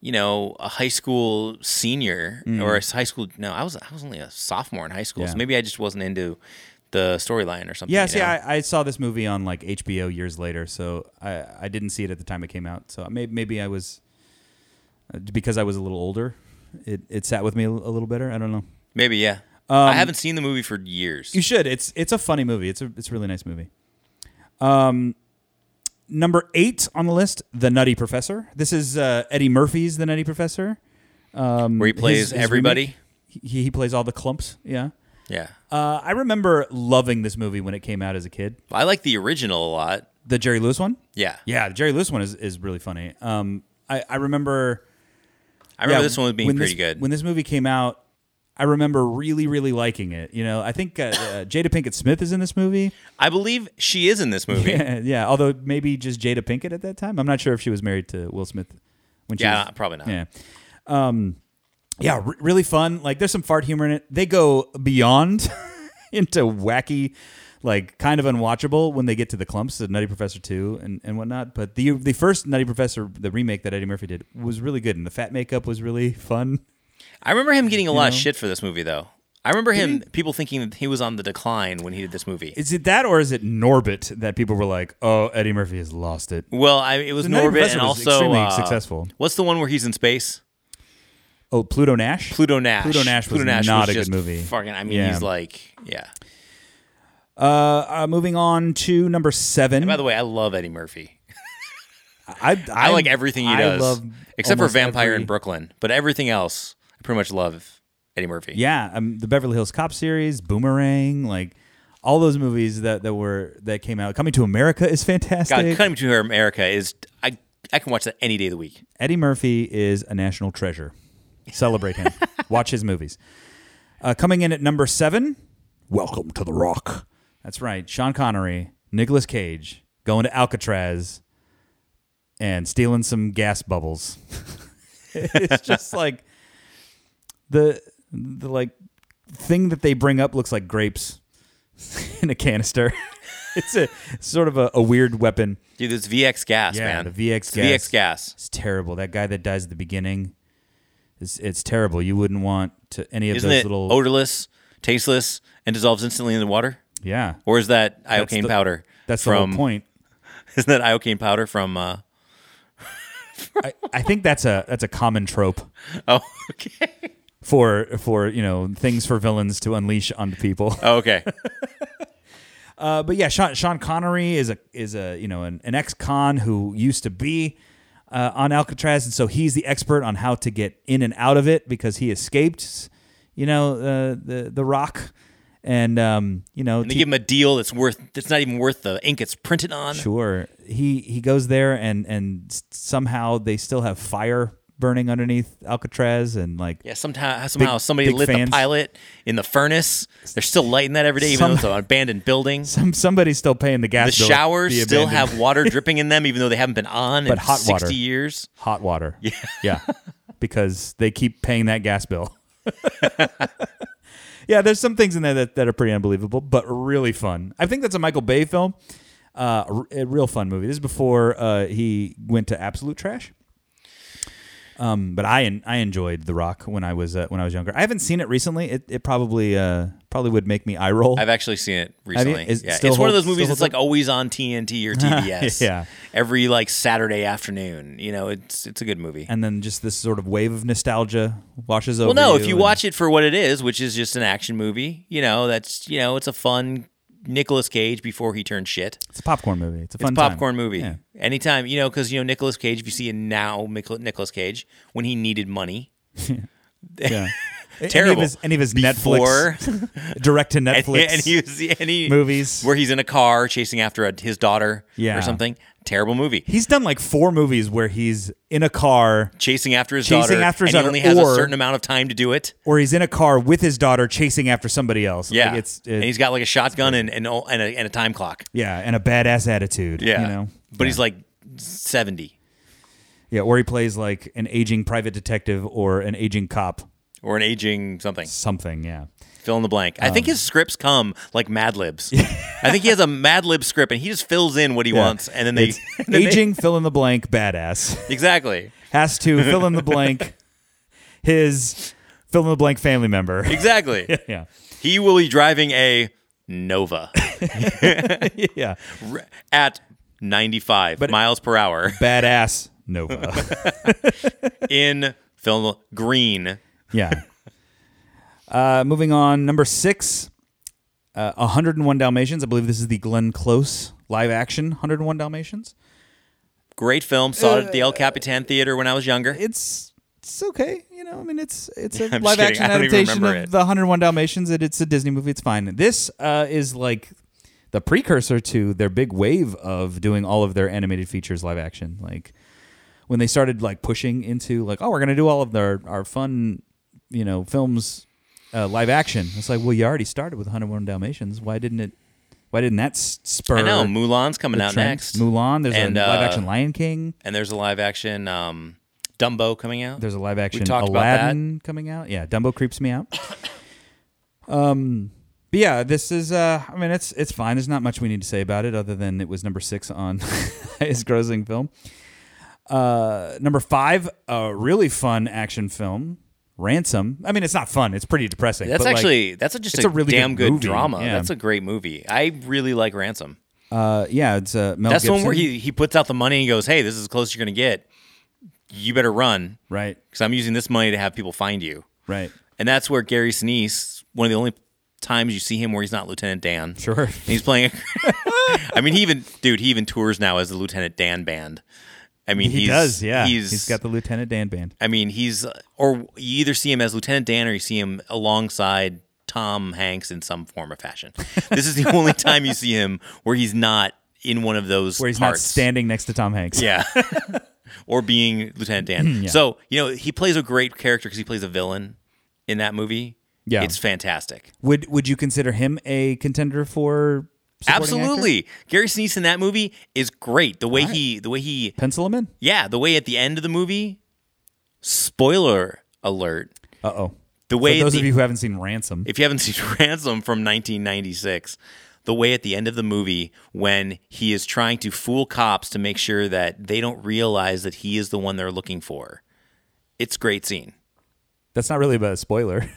[SPEAKER 3] you know, a high school senior or a high school. No, I was I was only a sophomore in high school,
[SPEAKER 2] Mm. Yeah.
[SPEAKER 3] so maybe I just wasn't into the storyline or something.
[SPEAKER 2] yeah,
[SPEAKER 3] you
[SPEAKER 2] see,
[SPEAKER 3] know?
[SPEAKER 2] I, I saw this movie on like HBO years later, so I, I didn't see it at the time it came out. So maybe maybe I was uh, because I was a little older, it, it sat with me a, a little better. I don't know.
[SPEAKER 3] maybe yeah. I haven't seen the movie for years.
[SPEAKER 2] Um, You should. It's it's a funny movie. It's a it's a really nice movie. Um, number eight on the list, The Nutty Professor. This is uh, Eddie Murphy's The Nutty Professor.
[SPEAKER 3] where he plays
[SPEAKER 2] his- his
[SPEAKER 3] everybody.
[SPEAKER 2] remake. He he plays all the clumps. Yeah.
[SPEAKER 3] Yeah,
[SPEAKER 2] Uh, I remember loving this movie when it came out as a kid.
[SPEAKER 3] I like the original a lot.
[SPEAKER 2] The Jerry Lewis one.
[SPEAKER 3] Yeah,
[SPEAKER 2] Yeah, the Jerry Lewis one is is really funny. Um, I I remember.
[SPEAKER 3] I remember
[SPEAKER 2] Yeah,
[SPEAKER 3] this one was being
[SPEAKER 2] when
[SPEAKER 3] pretty
[SPEAKER 2] this-
[SPEAKER 3] good.
[SPEAKER 2] When this movie came out, I remember really, really liking it. You know, I think uh, uh, Jada Pinkett Smith is in this movie.
[SPEAKER 3] I believe she is in this movie. Yeah,
[SPEAKER 2] Yeah, yeah, although maybe just Jada Pinkett at that time. I'm not sure if she was married to Will Smith when she was,
[SPEAKER 3] probably not.
[SPEAKER 2] yeah. Um, yeah, r- really fun. Like there's some fart humor in it. They go beyond into wacky, like kind of unwatchable when they get to the clumps of Nutty Professor two and, and whatnot. But the the first Nutty Professor, the remake that Eddie Murphy did, was really good, and the fat makeup was really fun.
[SPEAKER 3] I remember him getting a lot of shit for this movie, though. I remember him people thinking that he was on the decline when he did this movie.
[SPEAKER 2] Is it that or is it Norbit that people were like, oh, Eddie Murphy has lost it?
[SPEAKER 3] well, I, it was
[SPEAKER 2] The Nutty
[SPEAKER 3] Norbit,
[SPEAKER 2] Professor
[SPEAKER 3] and
[SPEAKER 2] was
[SPEAKER 3] also
[SPEAKER 2] extremely
[SPEAKER 3] uh,
[SPEAKER 2] successful.
[SPEAKER 3] What's the one where he's in space?
[SPEAKER 2] Oh, Pluto Nash.
[SPEAKER 3] Pluto Nash.
[SPEAKER 2] Pluto Nash was not a good movie.
[SPEAKER 3] Fucking, I mean,
[SPEAKER 2] Yeah.
[SPEAKER 3] he's like, yeah.
[SPEAKER 2] Uh, uh, moving on to number seven.
[SPEAKER 3] By the way, I love Eddie Murphy.
[SPEAKER 2] I,
[SPEAKER 3] I
[SPEAKER 2] I'm-
[SPEAKER 3] like everything he
[SPEAKER 2] I
[SPEAKER 3] does,
[SPEAKER 2] love
[SPEAKER 3] except for
[SPEAKER 2] almost
[SPEAKER 3] Vampire
[SPEAKER 2] every-
[SPEAKER 3] in Brooklyn. But everything else, I pretty much love Eddie Murphy.
[SPEAKER 2] Yeah, um, the Beverly Hills Cop series, Boomerang, like all those movies that, that were that came out. Coming to America is
[SPEAKER 3] God,
[SPEAKER 2] fantastic.
[SPEAKER 3] Coming to America is I I can watch that any day of the week.
[SPEAKER 2] Eddie Murphy is a national treasure. Celebrate him. Watch his movies. Uh, coming in at number seven, Welcome to the Rock. That's right. Sean Connery, Nicolas Cage, going to Alcatraz and stealing some gas bubbles. it's just like the the like thing that they bring up looks like grapes in a canister. it's a sort of a, a weird weapon.
[SPEAKER 3] Dude, this VX gas,
[SPEAKER 2] Yeah,
[SPEAKER 3] man.
[SPEAKER 2] the VX
[SPEAKER 3] It's
[SPEAKER 2] gas.
[SPEAKER 3] VX gas.
[SPEAKER 2] It's terrible. That guy that dies at the beginning, it's, it's terrible. You wouldn't want to any of
[SPEAKER 3] Isn't
[SPEAKER 2] those
[SPEAKER 3] it
[SPEAKER 2] little.
[SPEAKER 3] odorless, tasteless, and dissolves instantly in the water?
[SPEAKER 2] yeah,
[SPEAKER 3] Or is that
[SPEAKER 2] That's
[SPEAKER 3] iocane
[SPEAKER 2] the-
[SPEAKER 3] powder?
[SPEAKER 2] that's the
[SPEAKER 3] from,
[SPEAKER 2] whole point.
[SPEAKER 3] Isn't that iocane powder from? Uh,
[SPEAKER 2] I, I think that's a that's a common trope
[SPEAKER 3] oh, okay.
[SPEAKER 2] for for you know things for villains to unleash onto people.
[SPEAKER 3] Oh, okay.
[SPEAKER 2] Uh, but yeah, Sean, Sean Connery is a is a you know an, an ex con who used to be uh, on Alcatraz, and so he's the expert on how to get in and out of it because he escaped, you know, uh, the the rock, and um, you know,
[SPEAKER 3] And they give him a deal that's worth. That's not even worth the ink it's printed on.
[SPEAKER 2] Sure. He he goes there and and s- somehow they still have fire burning underneath Alcatraz and like
[SPEAKER 3] Yeah, somehow somehow somebody
[SPEAKER 2] big
[SPEAKER 3] lit
[SPEAKER 2] fans.
[SPEAKER 3] the pilot in the furnace. They're still lighting that every day, even though it's
[SPEAKER 2] Some-
[SPEAKER 3] an abandoned building.
[SPEAKER 2] some somebody's still paying the
[SPEAKER 3] The
[SPEAKER 2] gas. bill at
[SPEAKER 3] showers
[SPEAKER 2] the
[SPEAKER 3] still
[SPEAKER 2] abandoned-
[SPEAKER 3] have water dripping in them, even though they haven't been on in
[SPEAKER 2] But hot
[SPEAKER 3] 60
[SPEAKER 2] water.
[SPEAKER 3] years.
[SPEAKER 2] hot water. Yeah. Yeah. because they keep paying that gas bill. yeah, there's some things in there that, that are pretty unbelievable, but really fun. I think that's a Michael Bay film. Uh, a r- a real fun movie. This is before uh, he went to absolute trash. Um, but I en- I enjoyed The Rock when I was uh, when I was younger. I haven't seen it recently. It, it probably uh, probably would make me eye roll.
[SPEAKER 3] I've actually seen it
[SPEAKER 2] you?
[SPEAKER 3] recently.
[SPEAKER 2] Is-
[SPEAKER 3] yeah. It's
[SPEAKER 2] still
[SPEAKER 3] one of
[SPEAKER 2] hold-
[SPEAKER 3] those movies
[SPEAKER 2] still
[SPEAKER 3] that's
[SPEAKER 2] holds
[SPEAKER 3] like always on TNT or TBS.
[SPEAKER 2] Yeah.
[SPEAKER 3] Every like Saturday afternoon. You know, it's it's a good movie.
[SPEAKER 2] and then just this sort of wave of nostalgia washes over.
[SPEAKER 3] well, no, if you
[SPEAKER 2] and-
[SPEAKER 3] watch it for what it is, which is just an action movie, you know, that's you know, it's a fun Nicolas Cage before he turned shit.
[SPEAKER 2] it's a popcorn movie. It's a fun
[SPEAKER 3] It's a
[SPEAKER 2] time.
[SPEAKER 3] popcorn movie.
[SPEAKER 2] Yeah.
[SPEAKER 3] Anytime, you know, because you know Nicolas Cage. If you see a now Mic- Nicolas Cage when he needed money,
[SPEAKER 2] Yeah. Any
[SPEAKER 3] Terrible.
[SPEAKER 2] of his, any of his
[SPEAKER 3] Before-
[SPEAKER 2] Netflix direct to
[SPEAKER 3] and,
[SPEAKER 2] Netflix
[SPEAKER 3] and he was and he,
[SPEAKER 2] movies.
[SPEAKER 3] where he's in a car chasing after a, his daughter
[SPEAKER 2] Yeah.
[SPEAKER 3] or something. Terrible movie.
[SPEAKER 2] He's done like four movies where he's in a car
[SPEAKER 3] Chasing after his
[SPEAKER 2] Chasing
[SPEAKER 3] daughter,
[SPEAKER 2] after his
[SPEAKER 3] and
[SPEAKER 2] daughter,
[SPEAKER 3] he only has a
[SPEAKER 2] or-
[SPEAKER 3] certain amount of time to do it.
[SPEAKER 2] or he's in a car with his daughter chasing after somebody else. Like,
[SPEAKER 3] Yeah,
[SPEAKER 2] it's it-
[SPEAKER 3] and he's got like a shotgun and and o- and a, and a time clock.
[SPEAKER 2] yeah, and a badass attitude.
[SPEAKER 3] Yeah,
[SPEAKER 2] You know?
[SPEAKER 3] but he's like seventy
[SPEAKER 2] Yeah, or he plays like an aging private detective or an aging cop.
[SPEAKER 3] or an aging something.
[SPEAKER 2] Something, yeah.
[SPEAKER 3] Fill in the blank. I
[SPEAKER 2] Um.
[SPEAKER 3] think his scripts come like Mad Libs. I think he has a Mad Lib script and he just fills in what he wants, and then they
[SPEAKER 2] It's
[SPEAKER 3] and then they-
[SPEAKER 2] aging fill in the blank badass.
[SPEAKER 3] exactly.
[SPEAKER 2] Has to fill in the blank his fill in the blank family member.
[SPEAKER 3] Exactly.
[SPEAKER 2] yeah.
[SPEAKER 3] He will be driving a Nova
[SPEAKER 2] Yeah.
[SPEAKER 3] r- at 95 miles per hour
[SPEAKER 2] Badass Nova.
[SPEAKER 3] in film green.
[SPEAKER 2] Yeah. uh, moving on, number six, uh, 101 Dalmatians. I believe this is the Glenn Close live action 101 Dalmatians.
[SPEAKER 3] Great film. Saw it at the El Capitan Theater when I was younger.
[SPEAKER 2] It's it's okay, you know. I mean, it's it's a
[SPEAKER 3] I'm just
[SPEAKER 2] live
[SPEAKER 3] kidding.
[SPEAKER 2] action
[SPEAKER 3] I don't even
[SPEAKER 2] adaptation of
[SPEAKER 3] remember it.
[SPEAKER 2] the 101 Dalmatians. It, it's a Disney movie. It's fine. This uh, is like the precursor to their big wave of doing all of their animated features live action. Like when they started like pushing into like, oh, we're gonna do all of their our fun, you know, films uh, live action. It's like, well, you already started with 101 Dalmatians. Why didn't it? Why didn't that s- spur?
[SPEAKER 3] I know Mulan's coming
[SPEAKER 2] the
[SPEAKER 3] out
[SPEAKER 2] trend?
[SPEAKER 3] next.
[SPEAKER 2] Mulan. There's
[SPEAKER 3] And,
[SPEAKER 2] a
[SPEAKER 3] uh,
[SPEAKER 2] live action Lion King.
[SPEAKER 3] and there's a live action um, Dumbo coming out.
[SPEAKER 2] There's a live action
[SPEAKER 3] talked about that.
[SPEAKER 2] Aladdin coming out. Yeah, Dumbo creeps me out. um, but yeah, this is. Uh, I mean, it's it's fine. There's not much we need to say about it other than it was number six on his grossing film. Uh, number five, a really fun action film, Ransom. I mean, it's not fun. It's pretty depressing.
[SPEAKER 3] That's
[SPEAKER 2] but, like,
[SPEAKER 3] actually that's a, just
[SPEAKER 2] it's
[SPEAKER 3] a,
[SPEAKER 2] a really
[SPEAKER 3] damn
[SPEAKER 2] good
[SPEAKER 3] good,
[SPEAKER 2] movie,
[SPEAKER 3] drama.
[SPEAKER 2] yeah.
[SPEAKER 3] That's a great movie. I really like Ransom.
[SPEAKER 2] uh, yeah, it's uh, Mel
[SPEAKER 3] That's the one
[SPEAKER 2] Gibson.
[SPEAKER 3] where he, he puts out the money and he goes, "Hey, this is as close as you're gonna get. You better run
[SPEAKER 2] right,
[SPEAKER 3] because I'm using this money to have people find you."
[SPEAKER 2] right,
[SPEAKER 3] And that's where Gary Sinise, one of the only times you see him where he's not Lieutenant Dan.
[SPEAKER 2] sure.
[SPEAKER 3] And he's playing. I mean, he even dude, he even tours now as the Lieutenant Dan band. I mean,
[SPEAKER 2] He
[SPEAKER 3] he's,
[SPEAKER 2] does. Yeah,
[SPEAKER 3] he's
[SPEAKER 2] he's got the Lieutenant Dan band.
[SPEAKER 3] I mean, he's or you either see him as Lieutenant Dan or you see him alongside Tom Hanks in some form or fashion. This is the only time you see him where he's not in one of those
[SPEAKER 2] Where he's not
[SPEAKER 3] parts.
[SPEAKER 2] standing next to Tom Hanks.
[SPEAKER 3] Yeah. or being Lieutenant
[SPEAKER 2] Hmm,
[SPEAKER 3] Dan. So, you know, he plays a great character because he plays a villain in that movie.
[SPEAKER 2] Yeah.
[SPEAKER 3] It's fantastic.
[SPEAKER 2] Would Would you consider him a contender for? supporting actor?
[SPEAKER 3] Absolutely. Gary Sinise in that movie is great. The way he the way he
[SPEAKER 2] pencil him in.
[SPEAKER 3] yeah, the way at the end of the movie spoiler alert.
[SPEAKER 2] Uh oh.
[SPEAKER 3] The way
[SPEAKER 2] For those
[SPEAKER 3] the-
[SPEAKER 2] of you who haven't seen Ransom,
[SPEAKER 3] if you haven't seen Ransom from 1996, the way at the end of the movie when he is trying to fool cops to make sure that they don't realize that he is the one they're looking for. It's a great scene.
[SPEAKER 2] that's not really about a spoiler.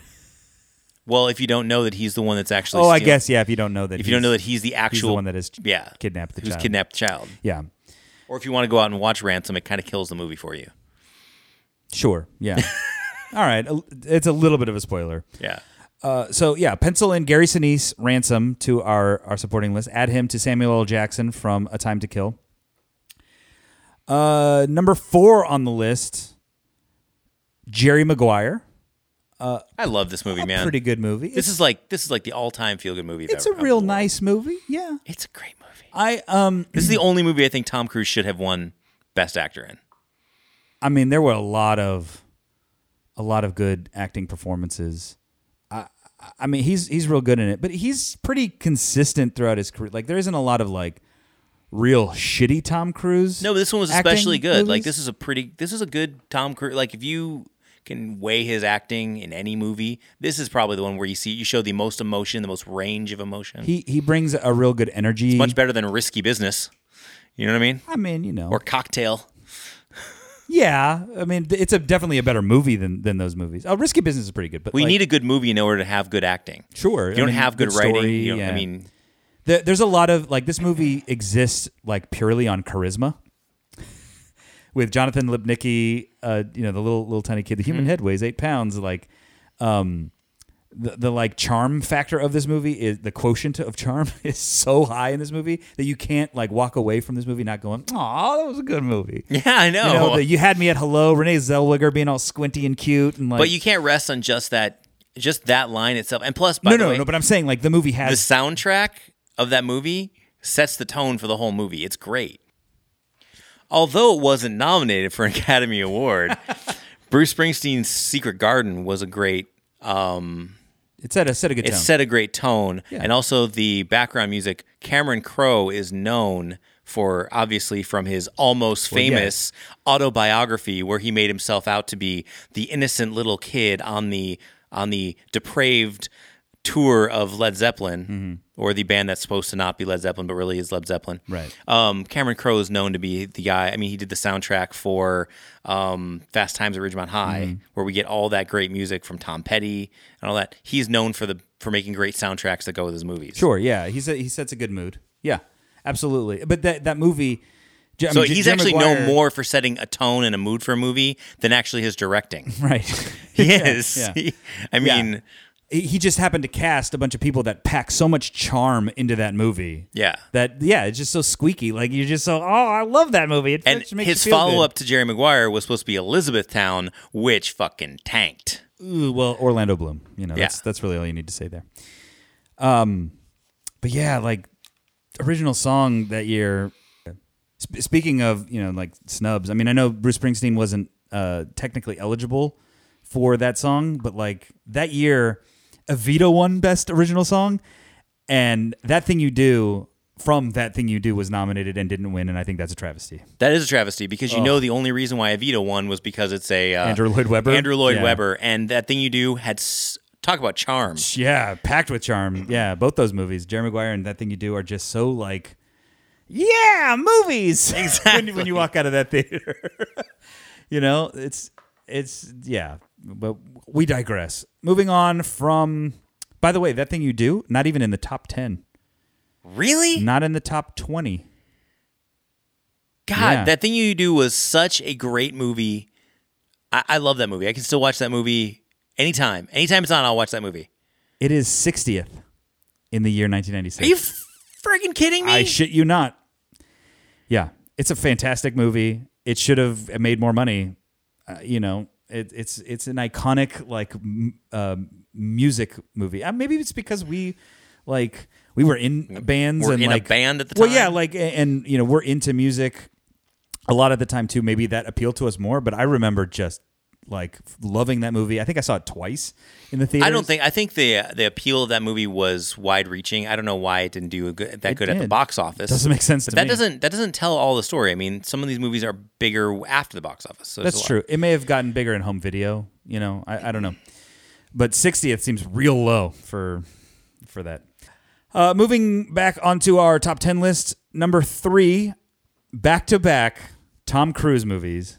[SPEAKER 3] Well, if you don't know that he's the one that's actually
[SPEAKER 2] oh, I
[SPEAKER 3] stealing-
[SPEAKER 2] guess yeah. If you don't know that,
[SPEAKER 3] if you don't know that he's the actual
[SPEAKER 2] he's the one that has
[SPEAKER 3] yeah
[SPEAKER 2] kidnapped the
[SPEAKER 3] who's
[SPEAKER 2] child.
[SPEAKER 3] kidnapped the child,
[SPEAKER 2] yeah,
[SPEAKER 3] or if you want to go out and watch Ransom, it kind of kills the movie for you.
[SPEAKER 2] sure, yeah. All right, a- it's a little bit of a spoiler.
[SPEAKER 3] Yeah,
[SPEAKER 2] Uh, so yeah, pencil in Gary Sinise, Ransom to our our supporting list. Add him to Samuel L. Jackson from A Time to Kill. Uh, number four on the list, Jerry Maguire.
[SPEAKER 3] I love this movie, man.
[SPEAKER 2] Pretty good movie.
[SPEAKER 3] This is like this is like the all time feel good movie.
[SPEAKER 2] it's a real nice movie. Yeah,
[SPEAKER 3] It's a great movie.
[SPEAKER 2] I um
[SPEAKER 3] This is the only movie I think Tom Cruise should have won Best Actor in.
[SPEAKER 2] I mean, there were a lot of a lot of good acting performances. I I mean, he's he's real good in it, but he's pretty consistent throughout his career. Like there isn't a lot of like real shitty Tom Cruise.
[SPEAKER 3] No, but this one was
[SPEAKER 2] acting
[SPEAKER 3] especially good. Like
[SPEAKER 2] movies.
[SPEAKER 3] this is a pretty this is a good Tom Cruise. Like if you can weigh his acting in any movie, this is probably the one where you see you show the most emotion, the most range of emotion.
[SPEAKER 2] he he brings a real good energy.
[SPEAKER 3] Much better than Risky Business. You know what I mean?
[SPEAKER 2] I mean, you know,
[SPEAKER 3] Or Cocktail.
[SPEAKER 2] yeah. I mean, th- it's a definitely a better movie than than those movies. Oh, Risky Business is pretty good, but
[SPEAKER 3] We
[SPEAKER 2] like,
[SPEAKER 3] need a good movie in order to have good acting.
[SPEAKER 2] sure.
[SPEAKER 3] You don't have good, writing.
[SPEAKER 2] Story,
[SPEAKER 3] you don't- I
[SPEAKER 2] yeah.
[SPEAKER 3] mean,
[SPEAKER 2] There- there's a lot of like this movie exists like purely on charisma with Jonathan Lipnicki, uh, you know, the little little tiny kid, the
[SPEAKER 3] Mm-hmm.
[SPEAKER 2] human head weighs eight pounds. Like, um, the, the like charm factor of this movie is the quotient of charm is so high in this movie that you can't like walk away from this movie not going, oh, that was a good movie.
[SPEAKER 3] yeah, I know.
[SPEAKER 2] You know, the, you had me at hello, Renee Zellweger being all squinty and cute, and like,
[SPEAKER 3] but you can't rest on just that just that line itself. And plus, by
[SPEAKER 2] no,
[SPEAKER 3] the
[SPEAKER 2] no,
[SPEAKER 3] way,
[SPEAKER 2] no. But I'm saying like the movie
[SPEAKER 3] the
[SPEAKER 2] has
[SPEAKER 3] soundtrack of that movie sets the tone for the whole movie. It's great. Although it wasn't nominated for an Academy Award, Bruce Springsteen's Secret Garden was a great
[SPEAKER 2] it set a set a good
[SPEAKER 3] it
[SPEAKER 2] tone.
[SPEAKER 3] set a great tone. And also the background music, Cameron Crowe is known for obviously from his almost famous autobiography where he made himself out to be the innocent little kid on the on the depraved tour of Led Zeppelin or the band that's supposed to not be Led Zeppelin but really is Led Zeppelin.
[SPEAKER 2] Mm-hmm. Right.
[SPEAKER 3] Um, Cameron Crowe is known to be the guy. I mean, he did the soundtrack for um, Fast Times at Ridgemont High,
[SPEAKER 2] Mm-hmm.
[SPEAKER 3] where we get all that great music from Tom Petty and all that. He's known for the for making great soundtracks that go with his movies.
[SPEAKER 2] Sure, yeah, he's a, he sets a good mood. Yeah, absolutely. But that that movie, J- I
[SPEAKER 3] So
[SPEAKER 2] mean, J-
[SPEAKER 3] he's
[SPEAKER 2] Jerry
[SPEAKER 3] actually
[SPEAKER 2] Maguire-
[SPEAKER 3] known more for setting a tone and a mood for a movie than actually his directing.
[SPEAKER 2] right?
[SPEAKER 3] He is.
[SPEAKER 2] yeah.
[SPEAKER 3] He- I mean,
[SPEAKER 2] he he just happened to cast a bunch of people that pack so much charm into that movie.
[SPEAKER 3] Yeah.
[SPEAKER 2] that yeah, it's just so squeaky. Like you're just so oh, I love that movie. It
[SPEAKER 3] and
[SPEAKER 2] just makes
[SPEAKER 3] his
[SPEAKER 2] you feel good."
[SPEAKER 3] follow up to Jerry Maguire was supposed to be Elizabethtown, which fucking tanked.
[SPEAKER 2] Ooh, well, Orlando Bloom. You know,
[SPEAKER 3] Yeah.
[SPEAKER 2] that's that's really all you need to say there. Um, but yeah, like original song that year. Sp- speaking of you know like snubs, I mean, I know Bruce Springsteen wasn't uh, technically eligible for that song, but like that year, Evita won Best Original Song, and that thing you do from that thing you do was nominated and didn't win, and I think that's a travesty.
[SPEAKER 3] That is a travesty because you know the only reason why Evita won was because it's a uh,
[SPEAKER 2] Oh. Andrew Lloyd Webber?
[SPEAKER 3] Andrew Lloyd
[SPEAKER 2] Yeah.
[SPEAKER 3] Webber, and that thing you do had s- talk about charm.
[SPEAKER 2] Yeah, packed with charm. Yeah, both those movies, Jerry Maguire and That Thing You Do, are just so like, yeah, movies. Exactly. when, when you walk out of that theater, you know, it's it's yeah. But we digress. Moving on from. By the way, That Thing You Do, not even in the top ten,
[SPEAKER 3] Really?
[SPEAKER 2] not in the top twenty.
[SPEAKER 3] God,
[SPEAKER 2] Yeah.
[SPEAKER 3] that thing you do was such a great movie. I, I love that movie. I can still watch that movie anytime. Anytime it's on, I'll watch that movie.
[SPEAKER 2] It is sixtieth in the year nineteen ninety
[SPEAKER 3] Are
[SPEAKER 2] six.
[SPEAKER 3] you freaking kidding me?
[SPEAKER 2] I shit you not. Yeah, it's a fantastic movie. It should have made more money. Uh, you know, it, it's it's an iconic like m- um music movie. Uh, maybe it's because we like we were in bands
[SPEAKER 3] We're
[SPEAKER 2] and
[SPEAKER 3] in a
[SPEAKER 2] like
[SPEAKER 3] band at the
[SPEAKER 2] Well, yeah,
[SPEAKER 3] time.
[SPEAKER 2] like a- and you know we're into music a lot of the time too. Maybe that appealed to us more. But I remember just like loving that movie. I think I saw it twice in the theater.
[SPEAKER 3] I don't think. I think the the appeal of that movie was wide reaching. I don't know why it didn't do a good, that good at the
[SPEAKER 2] did.
[SPEAKER 3] box office.
[SPEAKER 2] doesn't make sense
[SPEAKER 3] But
[SPEAKER 2] to
[SPEAKER 3] that
[SPEAKER 2] me.
[SPEAKER 3] doesn't that doesn't tell all the story. I mean, some of these movies are bigger after the box office. So there's
[SPEAKER 2] That's
[SPEAKER 3] a lot.
[SPEAKER 2] true. It may have gotten bigger in home video. You know, I, I don't know. But 60th seems real low for for that. Uh, moving back onto our top 10 list, number three, back to back Tom Cruise movies,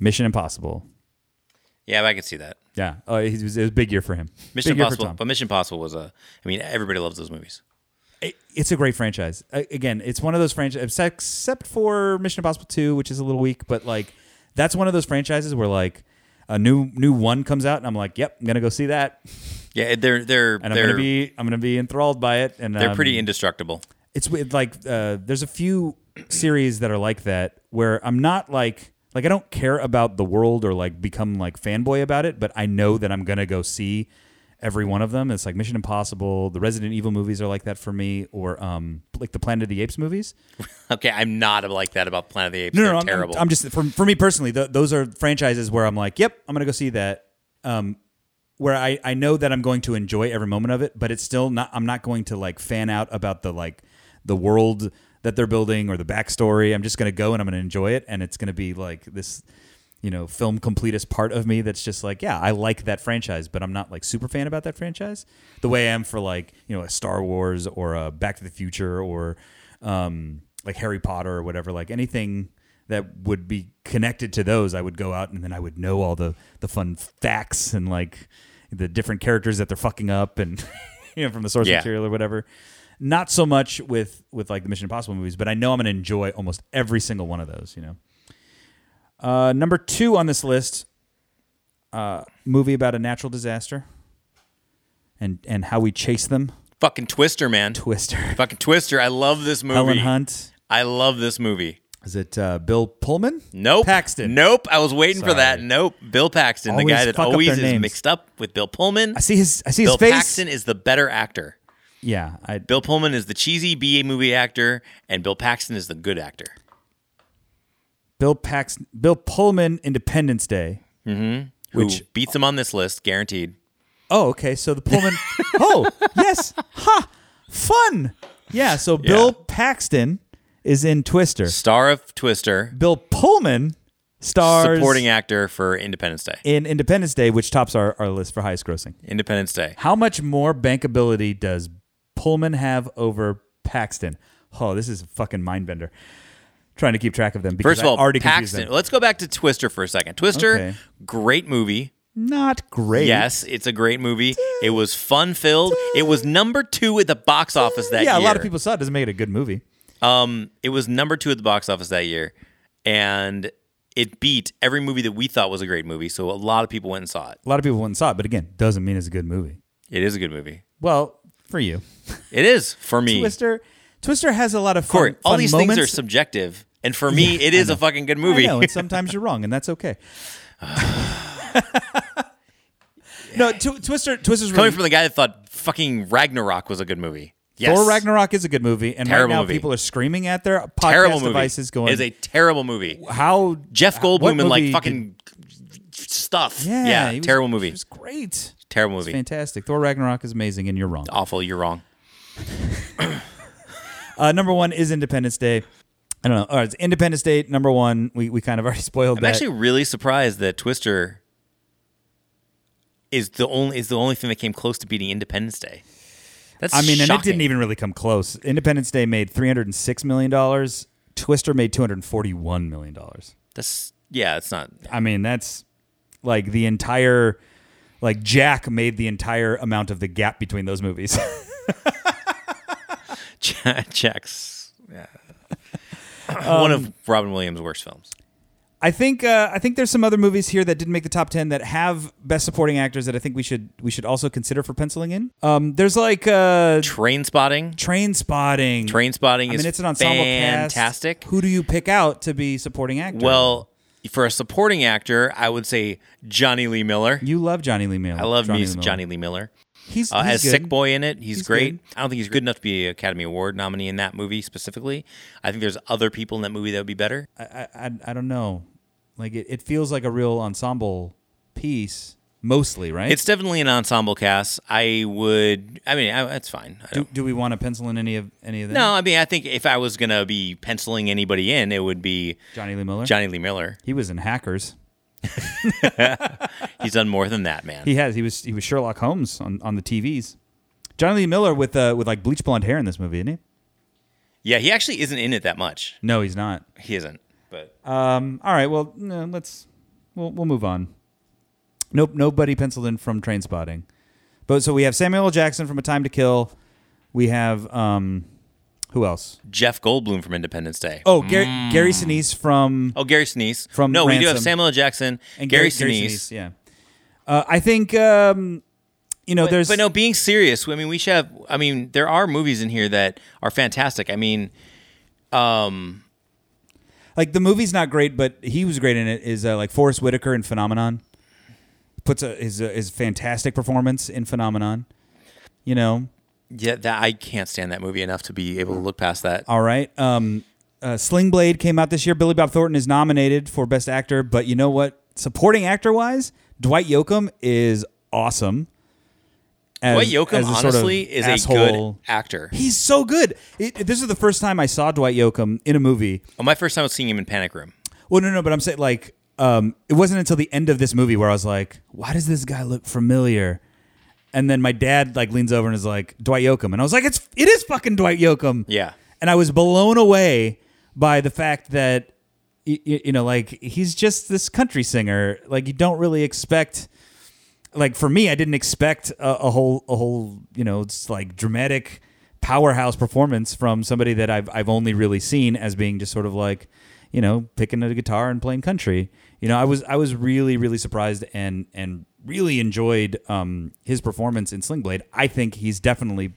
[SPEAKER 2] Mission Impossible.
[SPEAKER 3] Yeah, but I can see that.
[SPEAKER 2] Yeah, oh, it was, it was a big year for him.
[SPEAKER 3] Mission
[SPEAKER 2] big year for
[SPEAKER 3] Impossible,
[SPEAKER 2] Tom.
[SPEAKER 3] but Mission Impossible was a. I mean, everybody loves those movies.
[SPEAKER 2] it- it's a great franchise. A- Again, it's one of those franchises, except for Mission Impossible Two, which is a little weak. But like, that's one of those franchises where like a new new one comes out, and I'm like, yep, I'm gonna go see that,
[SPEAKER 3] Yeah, they're they're
[SPEAKER 2] and I'm
[SPEAKER 3] they're
[SPEAKER 2] gonna be I'm gonna be enthralled by it. And
[SPEAKER 3] they're
[SPEAKER 2] um,
[SPEAKER 3] pretty indestructible.
[SPEAKER 2] It's with, like uh, there's a few series that are like that where I'm not like like I don't care about the world or like become like fanboy about it, but I know that I'm gonna go see every one of them. It's like Mission Impossible, the Resident Evil movies are like that for me, or um like the Planet of the Apes movies.
[SPEAKER 3] Okay, I'm not like that about Planet of the Apes.
[SPEAKER 2] No,
[SPEAKER 3] They're
[SPEAKER 2] no, no, I'm-
[SPEAKER 3] terrible.
[SPEAKER 2] I'm, I'm just for for me personally, th those are franchises where I'm like, yep, I'm gonna go see that. Um, where I I know that I'm going to enjoy every moment of it, but it's still not. I'm not going to like fan out about the like the world that they're building or the backstory. I'm just gonna go and I'm gonna enjoy it, and it's gonna be like this. You know, film completist part of me that's just like, yeah, I like that franchise, but I'm not like super fan about that franchise the way I am for like, you know, a Star Wars or a Back to the Future or um, like Harry Potter or whatever, like anything that would be connected to those, I would go out and then I would know all the the fun facts and like the different characters that they're fucking up and you know from the source
[SPEAKER 3] Yeah.
[SPEAKER 2] material or whatever. Not so much with with like the Mission Impossible movies, but I know I'm gonna enjoy almost every single one of those. You know. Uh, number two on this list, uh, movie about a natural disaster, and and how we chase them.
[SPEAKER 3] Fucking Twister, man.
[SPEAKER 2] Twister,
[SPEAKER 3] Fucking Twister. I love this movie.
[SPEAKER 2] Helen Hunt.
[SPEAKER 3] I love this movie.
[SPEAKER 2] Is it uh, Bill Pullman?
[SPEAKER 3] Nope.
[SPEAKER 2] Paxton.
[SPEAKER 3] Nope. I was waiting for that.
[SPEAKER 2] Sorry.
[SPEAKER 3] Nope. Bill Paxton, the
[SPEAKER 2] Always
[SPEAKER 3] guy that
[SPEAKER 2] fuck up
[SPEAKER 3] always
[SPEAKER 2] their
[SPEAKER 3] is
[SPEAKER 2] names.
[SPEAKER 3] mixed up with Bill Pullman.
[SPEAKER 2] I see his. I see
[SPEAKER 3] Bill
[SPEAKER 2] his face.
[SPEAKER 3] Paxton is the better actor.
[SPEAKER 2] Yeah, I,
[SPEAKER 3] Bill Pullman is the cheesy B movie actor, and Bill Paxton is the good actor.
[SPEAKER 2] Bill Paxton. Bill Pullman. Independence Day.
[SPEAKER 3] Who
[SPEAKER 2] Which-
[SPEAKER 3] beats him on this list, guaranteed.
[SPEAKER 2] Oh, okay. So the Pullman. oh, yes. Ha! Fun. Yeah. So Bill Paxton is in Twister.
[SPEAKER 3] Star of Twister,
[SPEAKER 2] Bill Pullman stars
[SPEAKER 3] supporting actor for Independence Day.
[SPEAKER 2] in Independence Day, which tops our, our list for highest grossing.
[SPEAKER 3] Independence Day.
[SPEAKER 2] How much more bankability does Pullman have over Paxton? Oh, this is a fucking mind bender. Trying to keep track of them. Because
[SPEAKER 3] First of all,
[SPEAKER 2] I already confused
[SPEAKER 3] Paxton.
[SPEAKER 2] them.
[SPEAKER 3] Let's go back to Twister for a second. Twister,
[SPEAKER 2] Okay.
[SPEAKER 3] great movie.
[SPEAKER 2] Not great.
[SPEAKER 3] Yes, it's a great movie. It was fun filled. It was number two at the box office that
[SPEAKER 2] yeah,
[SPEAKER 3] year.
[SPEAKER 2] a lot of people saw it. Doesn't make it a good movie.
[SPEAKER 3] Um, it was number two at the box office that year, and it beat every movie that we thought was a great movie. So a lot of people went and saw it.
[SPEAKER 2] A lot of people went and saw it, but again, doesn't mean it's a good movie.
[SPEAKER 3] It is a good movie.
[SPEAKER 2] Well, for you,
[SPEAKER 3] It is for me.
[SPEAKER 2] Twister. Twister has a lot of fun.
[SPEAKER 3] Corey, all
[SPEAKER 2] fun
[SPEAKER 3] these
[SPEAKER 2] moments.
[SPEAKER 3] things are subjective, and for me, it is a fucking good movie.
[SPEAKER 2] I know, and sometimes you're wrong, and that's okay. no, Tw- Twister. Twister's really
[SPEAKER 3] Coming from the guy that thought fucking Ragnarok was a good movie. Yes.
[SPEAKER 2] Thor Ragnarok is a good movie, and
[SPEAKER 3] Terrible
[SPEAKER 2] right now
[SPEAKER 3] movie.
[SPEAKER 2] people are screaming at their podcast
[SPEAKER 3] terrible movie.
[SPEAKER 2] devices, going,
[SPEAKER 3] It is a terrible movie.
[SPEAKER 2] "How
[SPEAKER 3] Jeff
[SPEAKER 2] what
[SPEAKER 3] Goldblum and like
[SPEAKER 2] movie
[SPEAKER 3] fucking stuff.
[SPEAKER 2] did- yeah,
[SPEAKER 3] Yeah,
[SPEAKER 2] he was-
[SPEAKER 3] terrible movie.
[SPEAKER 2] It was great,
[SPEAKER 3] terrible movie.
[SPEAKER 2] fantastic." Thor Ragnarok is amazing, and you're wrong.
[SPEAKER 3] Awful. You're wrong.
[SPEAKER 2] Uh, number one is Independence Day. I don't know. All right, it's Independence Day number one. We we kind of already spoiled
[SPEAKER 3] I'm
[SPEAKER 2] that.
[SPEAKER 3] actually really surprised that Twister is the only is the only thing that came close to beating Independence Day. That's
[SPEAKER 2] I mean, and it
[SPEAKER 3] shocking.
[SPEAKER 2] didn't even really come close. Independence Day made three hundred and six million dollars. Twister made two hundred and forty-one million dollars.
[SPEAKER 3] That's yeah, it's not.
[SPEAKER 2] I mean, that's like the entire, like Jack made the entire amount of the gap between those movies.
[SPEAKER 3] Jack's yeah.
[SPEAKER 2] Um,
[SPEAKER 3] one of Robin Williams' worst films.
[SPEAKER 2] I think uh, I think there's some other movies here that didn't make the top ten that have best supporting actors that I think we should we should also consider for penciling in. Um, there's like uh,
[SPEAKER 3] Train Spotting.
[SPEAKER 2] Train Spotting.
[SPEAKER 3] Train Spotting
[SPEAKER 2] I
[SPEAKER 3] is
[SPEAKER 2] mean, it's an ensemble cast.
[SPEAKER 3] fantastic.
[SPEAKER 2] Who do you pick out to be supporting actor?
[SPEAKER 3] Well, for a supporting actor, I would say Johnny Lee Miller.
[SPEAKER 2] you love Johnny Lee Miller.
[SPEAKER 3] I love
[SPEAKER 2] Johnny
[SPEAKER 3] me
[SPEAKER 2] Lee
[SPEAKER 3] some
[SPEAKER 2] Miller.
[SPEAKER 3] Johnny Lee Miller.
[SPEAKER 2] He's,
[SPEAKER 3] Uh,
[SPEAKER 2] he's
[SPEAKER 3] as
[SPEAKER 2] good.
[SPEAKER 3] Sick Boy in it, he's,
[SPEAKER 2] He's
[SPEAKER 3] great.
[SPEAKER 2] good.
[SPEAKER 3] I don't think he's good enough to be an Academy Award nominee in that movie specifically. I think there's other people in that movie that would be better.
[SPEAKER 2] I, I I don't know. Like it, it feels like a real ensemble piece mostly, right?
[SPEAKER 3] It's definitely an ensemble cast. I would. I mean, I, that's fine. I
[SPEAKER 2] do,
[SPEAKER 3] don't,
[SPEAKER 2] do we want to pencil in any of any of them?
[SPEAKER 3] no, I mean, I think if I was gonna be penciling anybody in, it would be
[SPEAKER 2] Johnny Lee Miller.
[SPEAKER 3] Johnny Lee Miller.
[SPEAKER 2] he was in Hackers.
[SPEAKER 3] He's done more than that, man.
[SPEAKER 2] He has. He was he was Sherlock Holmes on, on the TVs. Johnny Lee Miller with uh with like bleach blonde hair in this movie, isn't he?
[SPEAKER 3] Yeah, he actually isn't in it that much.
[SPEAKER 2] No, he's not.
[SPEAKER 3] He isn't. But
[SPEAKER 2] Um. All right. Well, no, let's we'll we'll move on. Nope. Nobody penciled in from Train Spotting, but so we have Samuel L. Jackson from A Time to Kill. We have um, who else?
[SPEAKER 3] Jeff Goldblum from Independence Day.
[SPEAKER 2] Oh, Gar-
[SPEAKER 3] Mm.
[SPEAKER 2] Gary Sinise from
[SPEAKER 3] Oh, Gary Sinise.
[SPEAKER 2] From
[SPEAKER 3] no, we do have
[SPEAKER 2] Ransom.
[SPEAKER 3] Samuel L. Jackson
[SPEAKER 2] and
[SPEAKER 3] Gary,
[SPEAKER 2] Gar-
[SPEAKER 3] Sinise.
[SPEAKER 2] yeah, uh, I think um, you know
[SPEAKER 3] But,
[SPEAKER 2] there's
[SPEAKER 3] but no, being serious. I mean, we should have. I mean, there are movies in here that are fantastic. I mean,
[SPEAKER 2] like the movie's not great, but he was great in it. Is uh, like Forrest Whitaker in Phenomenon puts a, his uh, his fantastic performance in Phenomenon. You know,
[SPEAKER 3] yeah, that I can't stand that movie enough to be able to look past that.
[SPEAKER 2] All right. Um, uh, Sling Blade came out this year. Billy Bob Thornton is nominated for Best Actor, but you know what? Supporting actor wise, Dwight Yoakam is awesome. As,
[SPEAKER 3] Dwight Yoakam,
[SPEAKER 2] as a sort of
[SPEAKER 3] honestly, is a
[SPEAKER 2] asshole.
[SPEAKER 3] good actor.
[SPEAKER 2] He's so good. It, this is the first time I saw Dwight Yoakam in a movie.
[SPEAKER 3] Well, Oh, my first time was seeing him in Panic Room.
[SPEAKER 2] Well, no, no, but I'm saying like um, it wasn't until the end of this movie where I was like, why does this guy look familiar? And then my dad like leans over and is like Dwight Yoakam, and I was like, it's it is fucking Dwight Yoakam.
[SPEAKER 3] Yeah.
[SPEAKER 2] and I was blown away by the fact that y- y- you know like he's just this country singer. Like you don't really expect. Like for me, I didn't expect a, a whole a whole you know it's like dramatic powerhouse performance from somebody that I've I've only really seen as being just sort of like you know picking a guitar and playing country. You know, I was I was really really surprised and and really enjoyed um, his performance in Sling Blade. I think he's definitely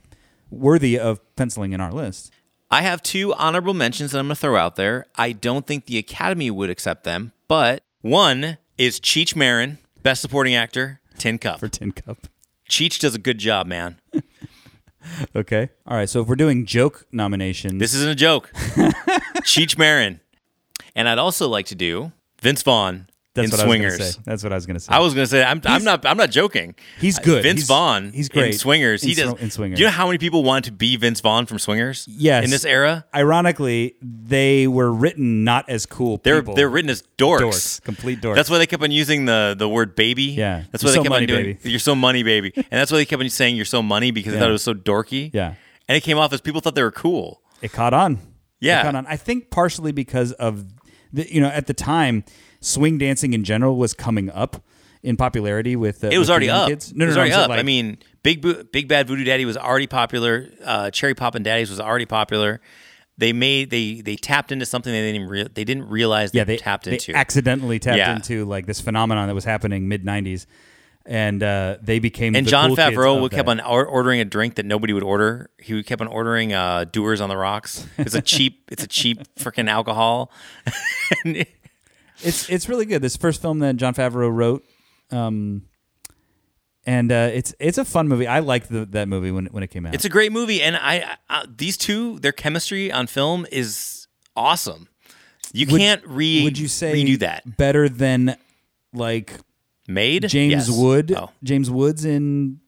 [SPEAKER 2] worthy of penciling in our list.
[SPEAKER 3] I have two honorable mentions that I'm going to throw out there. I don't think the Academy would accept them, but one is Cheech Marin, Best Supporting Actor, Tin Cup.
[SPEAKER 2] Tin Cup.
[SPEAKER 3] Cheech does a good job, man.
[SPEAKER 2] Okay. All right. So if we're doing joke nominations,
[SPEAKER 3] This isn't a joke. Cheech Marin. And I'd also like to do Vince Vaughn
[SPEAKER 2] that's
[SPEAKER 3] in
[SPEAKER 2] what I was
[SPEAKER 3] Swingers.
[SPEAKER 2] gonna say. That's what I was gonna say.
[SPEAKER 3] I was gonna say I'm, I'm not I'm not joking.
[SPEAKER 2] He's good.
[SPEAKER 3] Vince
[SPEAKER 2] He's-
[SPEAKER 3] Vaughn.
[SPEAKER 2] he's great.
[SPEAKER 3] In Swingers.
[SPEAKER 2] In
[SPEAKER 3] he does.
[SPEAKER 2] Sw- in Swingers.
[SPEAKER 3] You know how many people wanted to be Vince Vaughn from Swingers?
[SPEAKER 2] Yes.
[SPEAKER 3] In this era,
[SPEAKER 2] Ironically, they were written not as cool.
[SPEAKER 3] they're
[SPEAKER 2] people.
[SPEAKER 3] they're written as dorks.
[SPEAKER 2] Dorks. Complete dorks.
[SPEAKER 3] That's why they kept on using the the word baby.
[SPEAKER 2] Yeah.
[SPEAKER 3] That's
[SPEAKER 2] You're
[SPEAKER 3] why they
[SPEAKER 2] so
[SPEAKER 3] kept
[SPEAKER 2] money,
[SPEAKER 3] on doing.
[SPEAKER 2] baby.
[SPEAKER 3] You're so money, baby. and that's why they kept on saying you're so money because they
[SPEAKER 2] Yeah.
[SPEAKER 3] thought it was so dorky.
[SPEAKER 2] Yeah.
[SPEAKER 3] And it came off as people thought they were cool.
[SPEAKER 2] it caught on.
[SPEAKER 3] Yeah.
[SPEAKER 2] it caught on. I think partially because of the, you know at the time, swing dancing in general was coming up in popularity with. Uh,
[SPEAKER 3] It
[SPEAKER 2] with
[SPEAKER 3] was
[SPEAKER 2] the
[SPEAKER 3] already
[SPEAKER 2] young
[SPEAKER 3] up.
[SPEAKER 2] Kids.
[SPEAKER 3] it was already
[SPEAKER 2] I'm saying,
[SPEAKER 3] up. I
[SPEAKER 2] like,
[SPEAKER 3] mean, Big Bo- Big Bad Voodoo Daddy was already popular. Uh, Cherry Pop and Daddies was already popular. They made they they tapped into something they didn't even rea- they didn't realize they,
[SPEAKER 2] yeah, they
[SPEAKER 3] tapped
[SPEAKER 2] they
[SPEAKER 3] into.
[SPEAKER 2] accidentally tapped
[SPEAKER 3] Yeah.
[SPEAKER 2] into like this phenomenon that was happening mid '90s, and uh, they became
[SPEAKER 3] and
[SPEAKER 2] the
[SPEAKER 3] John
[SPEAKER 2] cool kids
[SPEAKER 3] Favreau
[SPEAKER 2] of
[SPEAKER 3] kept
[SPEAKER 2] that.
[SPEAKER 3] on or- ordering a drink that nobody would order. He kept on ordering uh, Doers on the Rocks. It's a cheap it's a cheap freaking alcohol. And it-
[SPEAKER 2] it's it's really good. This first film that John Favreau wrote, um, and uh, it's it's a fun movie. I liked the, that movie when it- when it came out.
[SPEAKER 3] it's a great movie, and I, I uh, these two their chemistry on film is awesome. You can't re
[SPEAKER 2] would you say
[SPEAKER 3] redo that
[SPEAKER 2] better than like
[SPEAKER 3] made
[SPEAKER 2] James
[SPEAKER 3] Yes.
[SPEAKER 2] Wood?
[SPEAKER 3] Oh.
[SPEAKER 2] James Woods in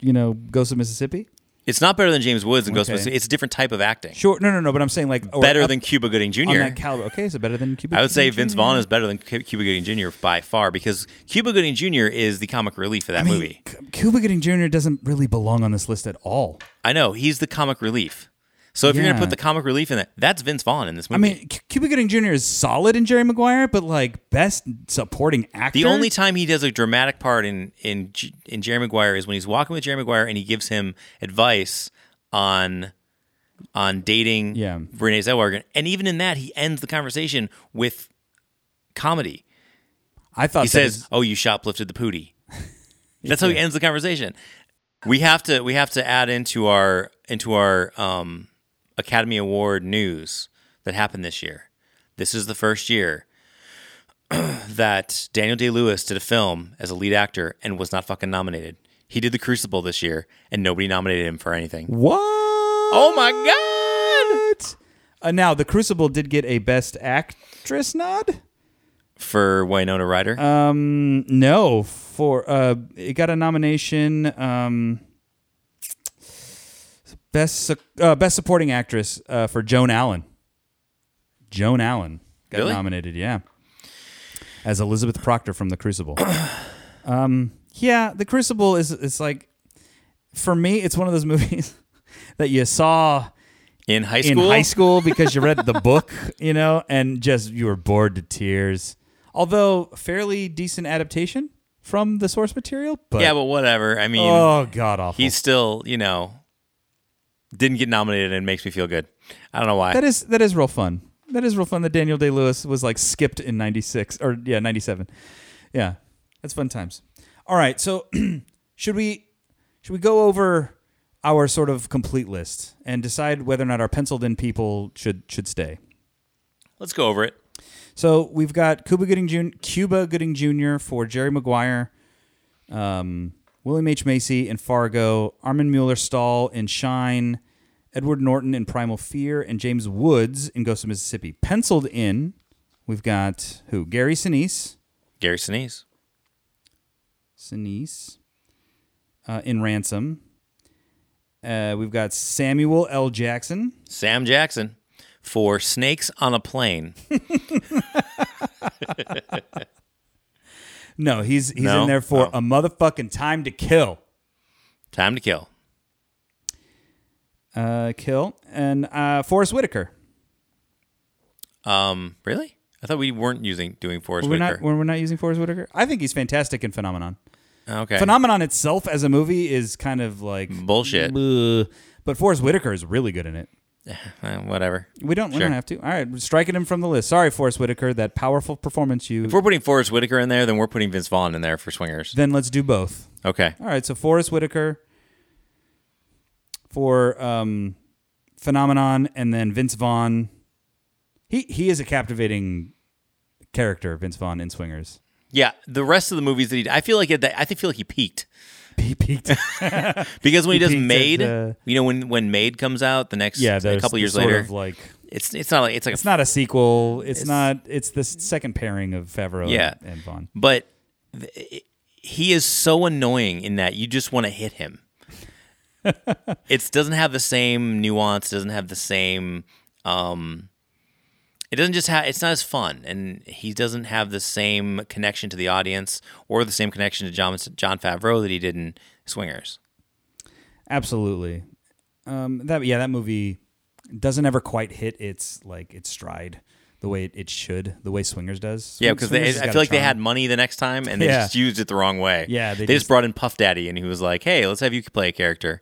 [SPEAKER 2] you know Ghost of Mississippi.
[SPEAKER 3] It's not better than James Woods in
[SPEAKER 2] Okay.
[SPEAKER 3] Ghostbusters. City. It's a different type of acting.
[SPEAKER 2] Sure. No, no, no. But I'm saying like or
[SPEAKER 3] Better
[SPEAKER 2] up
[SPEAKER 3] than Cuba Gooding Jr.
[SPEAKER 2] on that caliber. Okay, is it better than Cuba?
[SPEAKER 3] I would say
[SPEAKER 2] Gooding
[SPEAKER 3] Vince
[SPEAKER 2] Jr.?
[SPEAKER 3] Vaughn is better than Cu- Cuba Gooding Jr. by far because Cuba Gooding Jr. is the comic relief of that
[SPEAKER 2] I mean,
[SPEAKER 3] movie.
[SPEAKER 2] C- Cuba Gooding Jr. doesn't really belong on this list at all.
[SPEAKER 3] I know he's the comic relief. So if you're
[SPEAKER 2] Yeah.
[SPEAKER 3] gonna put the comic relief in it, that's Vince Vaughn in this
[SPEAKER 2] I
[SPEAKER 3] movie.
[SPEAKER 2] mean, C- Cuba Gooding Jr. is solid in Jerry Maguire, but like best supporting actor.
[SPEAKER 3] the only time he does a dramatic part in in J- in Jerry Maguire is when he's walking with Jerry Maguire and he gives him advice on on dating
[SPEAKER 2] Yeah.
[SPEAKER 3] Renee Zellweger, and even in that he ends the conversation with comedy.
[SPEAKER 2] I thought
[SPEAKER 3] He
[SPEAKER 2] that
[SPEAKER 3] says,
[SPEAKER 2] was-
[SPEAKER 3] "Oh, you shoplifted the pootie." That's how he ends the conversation. We have to we have to add into our into our um, Academy Award news that happened this year. This is the first year that Daniel Day Lewis did a film as a lead actor and was not fucking nominated. He did The Crucible this year, and nobody nominated him for anything.
[SPEAKER 2] "What?
[SPEAKER 3] Oh my god!
[SPEAKER 2] Uh, now, The Crucible did get a Best Actress nod.
[SPEAKER 3] For Winona Ryder,
[SPEAKER 2] Um, no, for uh, it got a nomination. Um, best su- uh, best supporting actress uh, for Joan Allen. Joan Allen got
[SPEAKER 3] Really?
[SPEAKER 2] nominated, yeah, as Elizabeth Proctor from The Crucible. um, yeah, The Crucible is it's like for me, it's one of those movies that you saw
[SPEAKER 3] in high
[SPEAKER 2] in
[SPEAKER 3] school,
[SPEAKER 2] high school because you read the book, you know, and just you were bored to tears. Although fairly decent adaptation from the source material, but,
[SPEAKER 3] yeah, but whatever. I mean,
[SPEAKER 2] oh god awful.
[SPEAKER 3] he still, you know, didn't get nominated and it makes me feel good. I don't know why.
[SPEAKER 2] that is that is real fun. That is real fun that Daniel Day Lewis was like skipped in '96 or yeah '97. Yeah, that's fun times. All right, so should we should we go over our sort of complete list and decide whether or not our penciled in people should should stay?
[SPEAKER 3] Let's go over it.
[SPEAKER 2] So we've got Cuba Gooding Jr. Cuba Gooding Jr. for Jerry Maguire, um, William H Macy in Fargo, Armin Mueller Stahl in Shine, Edward Norton in Primal Fear, and James Woods in Ghost of Mississippi. Penciled in, we've got who? Gary Sinise,
[SPEAKER 3] Gary Sinise.
[SPEAKER 2] Sinise uh, in Ransom. Uh, we've got Samuel L. Jackson.
[SPEAKER 3] Sam Jackson for Snakes on a Plane.
[SPEAKER 2] No, he's he's
[SPEAKER 3] No?
[SPEAKER 2] in there for
[SPEAKER 3] Oh.
[SPEAKER 2] a motherfucking time to kill.
[SPEAKER 3] Time to Kill.
[SPEAKER 2] Uh, kill and uh, Forrest Whitaker.
[SPEAKER 3] Um, really? I thought we weren't using doing Forrest
[SPEAKER 2] we're
[SPEAKER 3] Whitaker.
[SPEAKER 2] not when we're not using Forrest Whitaker. I think he's fantastic in Phenomenon.
[SPEAKER 3] okay.
[SPEAKER 2] Phenomenon itself as a movie is kind of like
[SPEAKER 3] Bullshit.
[SPEAKER 2] bleh. but Forrest Whitaker is really good in it.
[SPEAKER 3] Eh, whatever. If
[SPEAKER 2] We don't we don't
[SPEAKER 3] Sure.
[SPEAKER 2] have to. All right, we're striking him from the list. Sorry, Forrest Whitaker, that powerful performance you.
[SPEAKER 3] we're putting Forrest Whitaker in there, then we're putting Vince Vaughn in there for Swingers.
[SPEAKER 2] Then let's do both.
[SPEAKER 3] Okay.
[SPEAKER 2] All right, so Forrest Whitaker for um, Phenomenon, and then Vince Vaughn. He he is a captivating character, Vince Vaughn in Swingers.
[SPEAKER 3] Yeah, the rest of the movies that he I feel like at that I feel like he peaked.
[SPEAKER 2] He peaked.
[SPEAKER 3] Because when he, does
[SPEAKER 2] peaked at
[SPEAKER 3] Made,
[SPEAKER 2] the-
[SPEAKER 3] you know when when Maid comes out the next
[SPEAKER 2] yeah,
[SPEAKER 3] a
[SPEAKER 2] there's
[SPEAKER 3] couple
[SPEAKER 2] the
[SPEAKER 3] years
[SPEAKER 2] sort
[SPEAKER 3] later,
[SPEAKER 2] of like
[SPEAKER 3] it's it's not like it's like a
[SPEAKER 2] It's not a sequel. It's, not. It's the s- second pairing of Favreau
[SPEAKER 3] Yeah.
[SPEAKER 2] and, and Vaughn.
[SPEAKER 3] but th- he is so annoying in that you just want to hit him. it doesn't have the same nuance. Doesn't have the same. Um, it doesn't just have. It's not as fun, and he doesn't have the same connection to the audience or the same connection to John John Favreau that he did in Swingers.
[SPEAKER 2] Absolutely. Um, that yeah, that movie doesn't ever quite hit its like its stride the way it, it should, the way Swingers does. Swing-
[SPEAKER 3] Yeah, because
[SPEAKER 2] Swingers
[SPEAKER 3] they,
[SPEAKER 2] has
[SPEAKER 3] I
[SPEAKER 2] got
[SPEAKER 3] feel
[SPEAKER 2] a
[SPEAKER 3] like they
[SPEAKER 2] charm.
[SPEAKER 3] had money the next time, and they
[SPEAKER 2] Yeah.
[SPEAKER 3] just used it the wrong way.
[SPEAKER 2] Yeah,
[SPEAKER 3] they,
[SPEAKER 2] they
[SPEAKER 3] just
[SPEAKER 2] just-
[SPEAKER 3] brought in Puff Daddy, and he was like, "Hey, let's have you play a character."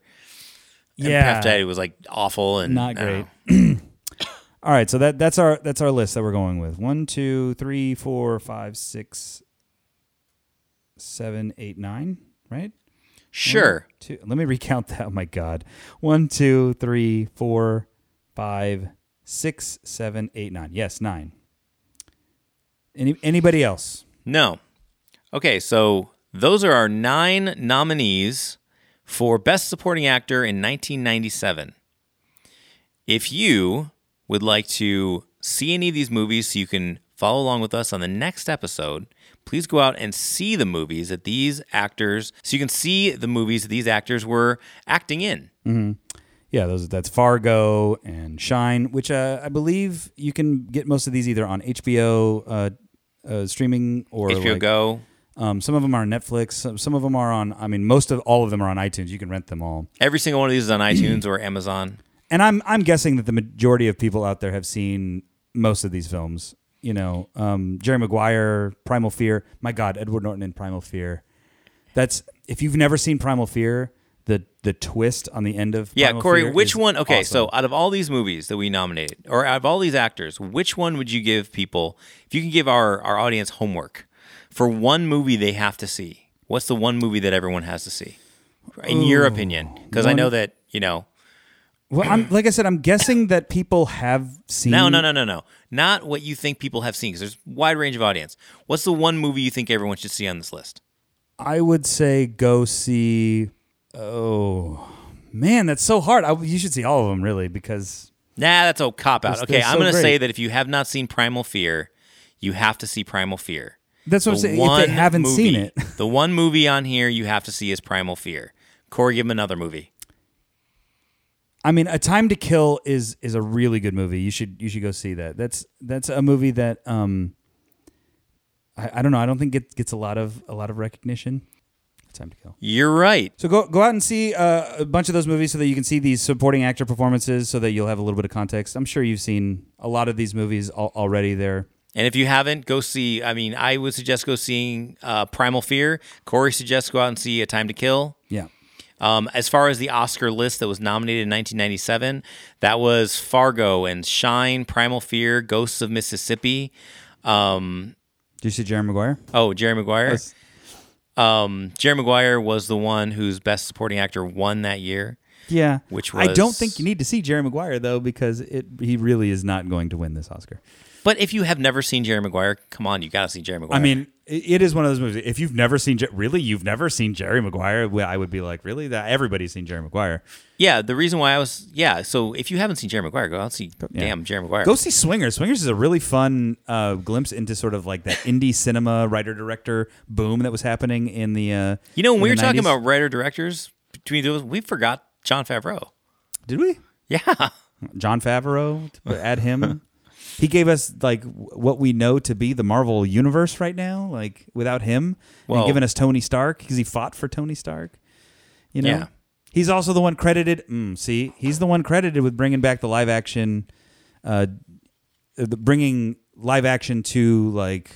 [SPEAKER 3] And Puff
[SPEAKER 2] yeah,
[SPEAKER 3] Daddy was like awful and
[SPEAKER 2] not
[SPEAKER 3] I don't know.
[SPEAKER 2] great. All right, so that that's our that's our list that we're going with. One, two, three, four, five, six, seven, eight, nine. Right.
[SPEAKER 3] Sure.
[SPEAKER 2] Two, let me recount that. Oh my God. One, two, three, four, five, six, seven, eight, nine. Yes, nine. Any anybody else?
[SPEAKER 3] No. Okay, so those are our nine nominees for Best Supporting Actor in 1997. If you would like to see any of these movies so you can follow along with us on the next episode, please go out and see the movies that these actors, so you can see the movies that these actors were acting in.
[SPEAKER 2] Yeah, those that's Fargo and Shine, which uh, I believe you can get most of these either on HBO uh, uh, streaming or
[SPEAKER 3] HBO
[SPEAKER 2] like,
[SPEAKER 3] Go.
[SPEAKER 2] Um, some of them are on Netflix. Some, some of them are on. I mean, most of all of them are on iTunes. You can rent them all.
[SPEAKER 3] Every single one of these is on iTunes or Amazon.
[SPEAKER 2] And I'm I'm guessing that the majority of people out there have seen most of these films. You know, um, Jerry Maguire, Primal Fear. My God, Edward Norton in Primal Fear. That's if you've never seen Primal Fear, the the twist on the end of
[SPEAKER 3] Yeah,
[SPEAKER 2] Primal
[SPEAKER 3] Corey,
[SPEAKER 2] Fear
[SPEAKER 3] which
[SPEAKER 2] is
[SPEAKER 3] one? Okay,
[SPEAKER 2] awesome.
[SPEAKER 3] so out of all these movies that we nominated, or out of all these actors, which one would you give people, if you can give our, our audience homework for one movie they have to see, what's the one movie that everyone has to see, in your opinion? Because I
[SPEAKER 2] one-
[SPEAKER 3] know that, you know,
[SPEAKER 2] Well, I'm like I said, I'm guessing that people have seen.
[SPEAKER 3] no, no, no, no, no. Not what you think people have seen, because there's a wide range of audience. What's the one movie you think everyone should see on this list?
[SPEAKER 2] I would say go see. Oh man, that's so hard. I, you should see all of them really because
[SPEAKER 3] Nah, that's a cop out.
[SPEAKER 2] They're-
[SPEAKER 3] Okay,
[SPEAKER 2] they're
[SPEAKER 3] I'm
[SPEAKER 2] so
[SPEAKER 3] going to say
[SPEAKER 2] great.
[SPEAKER 3] that if you have not seen Primal Fear, you have to see Primal Fear.
[SPEAKER 2] that's what I'm saying. If they haven't seen
[SPEAKER 3] movie-
[SPEAKER 2] it,
[SPEAKER 3] the one movie on here you have to see is Primal Fear. Corey, give him another movie.
[SPEAKER 2] I mean, A Time to Kill is is a really good movie. You should you should go see that. That's that's a movie that um, I, I don't know. I don't think it gets a lot of a lot of recognition. A Time to Kill.
[SPEAKER 3] You're right.
[SPEAKER 2] So go go out and see uh, a bunch of those movies so that you can see these supporting actor performances, so that you'll have a little bit of context. I'm sure you've seen a lot of these movies al- already. There,
[SPEAKER 3] And if you haven't, go see. I mean, I would suggest go seeing uh, Primal Fear. Corey suggests go out and see A Time to Kill.
[SPEAKER 2] yeah.
[SPEAKER 3] Um, as far as the Oscar list that was nominated in 1997, that was Fargo and Shine, Primal Fear, Ghosts of Mississippi. Um,
[SPEAKER 2] Did you see Jerry Maguire?
[SPEAKER 3] oh, Jerry Maguire. Um, Jerry Maguire was the one whose Best Supporting Actor won that year.
[SPEAKER 2] Yeah,
[SPEAKER 3] Which
[SPEAKER 2] I don't
[SPEAKER 3] was-
[SPEAKER 2] think you need to see Jerry Maguire though, because it he really is not going to win this Oscar.
[SPEAKER 3] But if you have never seen Jerry Maguire, come on, you got to see Jerry Maguire.
[SPEAKER 2] I mean, i- it is one of those movies. If you've never seen, Jer- really, you've never seen Jerry Maguire, well, I would be like, really? That everybody's seen Jerry Maguire.
[SPEAKER 3] yeah, the reason why I was, yeah. So if you haven't seen Jerry Maguire, go out and see
[SPEAKER 2] Yeah.
[SPEAKER 3] damn Jerry Maguire.
[SPEAKER 2] Go see Swingers. Swingers is a really fun uh, glimpse into sort of like that indie cinema writer director boom that was happening in the. Uh,
[SPEAKER 3] you know, when
[SPEAKER 2] in
[SPEAKER 3] we were
[SPEAKER 2] the
[SPEAKER 3] talking
[SPEAKER 2] 90s.
[SPEAKER 3] about writer directors between those, we forgot John Favreau.
[SPEAKER 2] did we?
[SPEAKER 3] Yeah,
[SPEAKER 2] John Favreau to add him. he gave us like w- what we know to be the Marvel universe right now. Like without him,
[SPEAKER 3] Well-
[SPEAKER 2] and giving us Tony Stark because he fought for Tony Stark. You know,
[SPEAKER 3] Yeah.
[SPEAKER 2] he's also the one credited. Mm, see, he's the one credited with bringing back the live action, uh, the bringing live action to like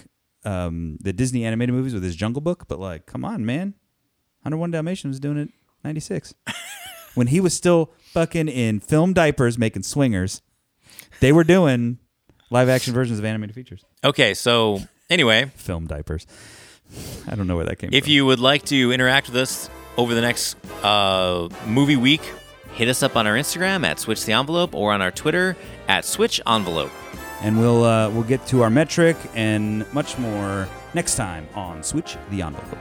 [SPEAKER 2] um the Disney animated movies with his Jungle Book. But like, come on, man, 101 Dalmatian was doing it 96 when he was still fucking in film diapers making swingers they were doing live action versions of animated features
[SPEAKER 3] Okay, so anyway,
[SPEAKER 2] film diapers i don't know where that came
[SPEAKER 3] if
[SPEAKER 2] from
[SPEAKER 3] you would like to interact with us over the next uh, movie week, hit us up on our Instagram at Switch the Envelope or on our Twitter at Switch Envelope.
[SPEAKER 2] and we'll uh, we'll get to our metric and much more next time on switch the envelope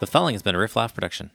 [SPEAKER 3] The following has been a Riff Laugh production.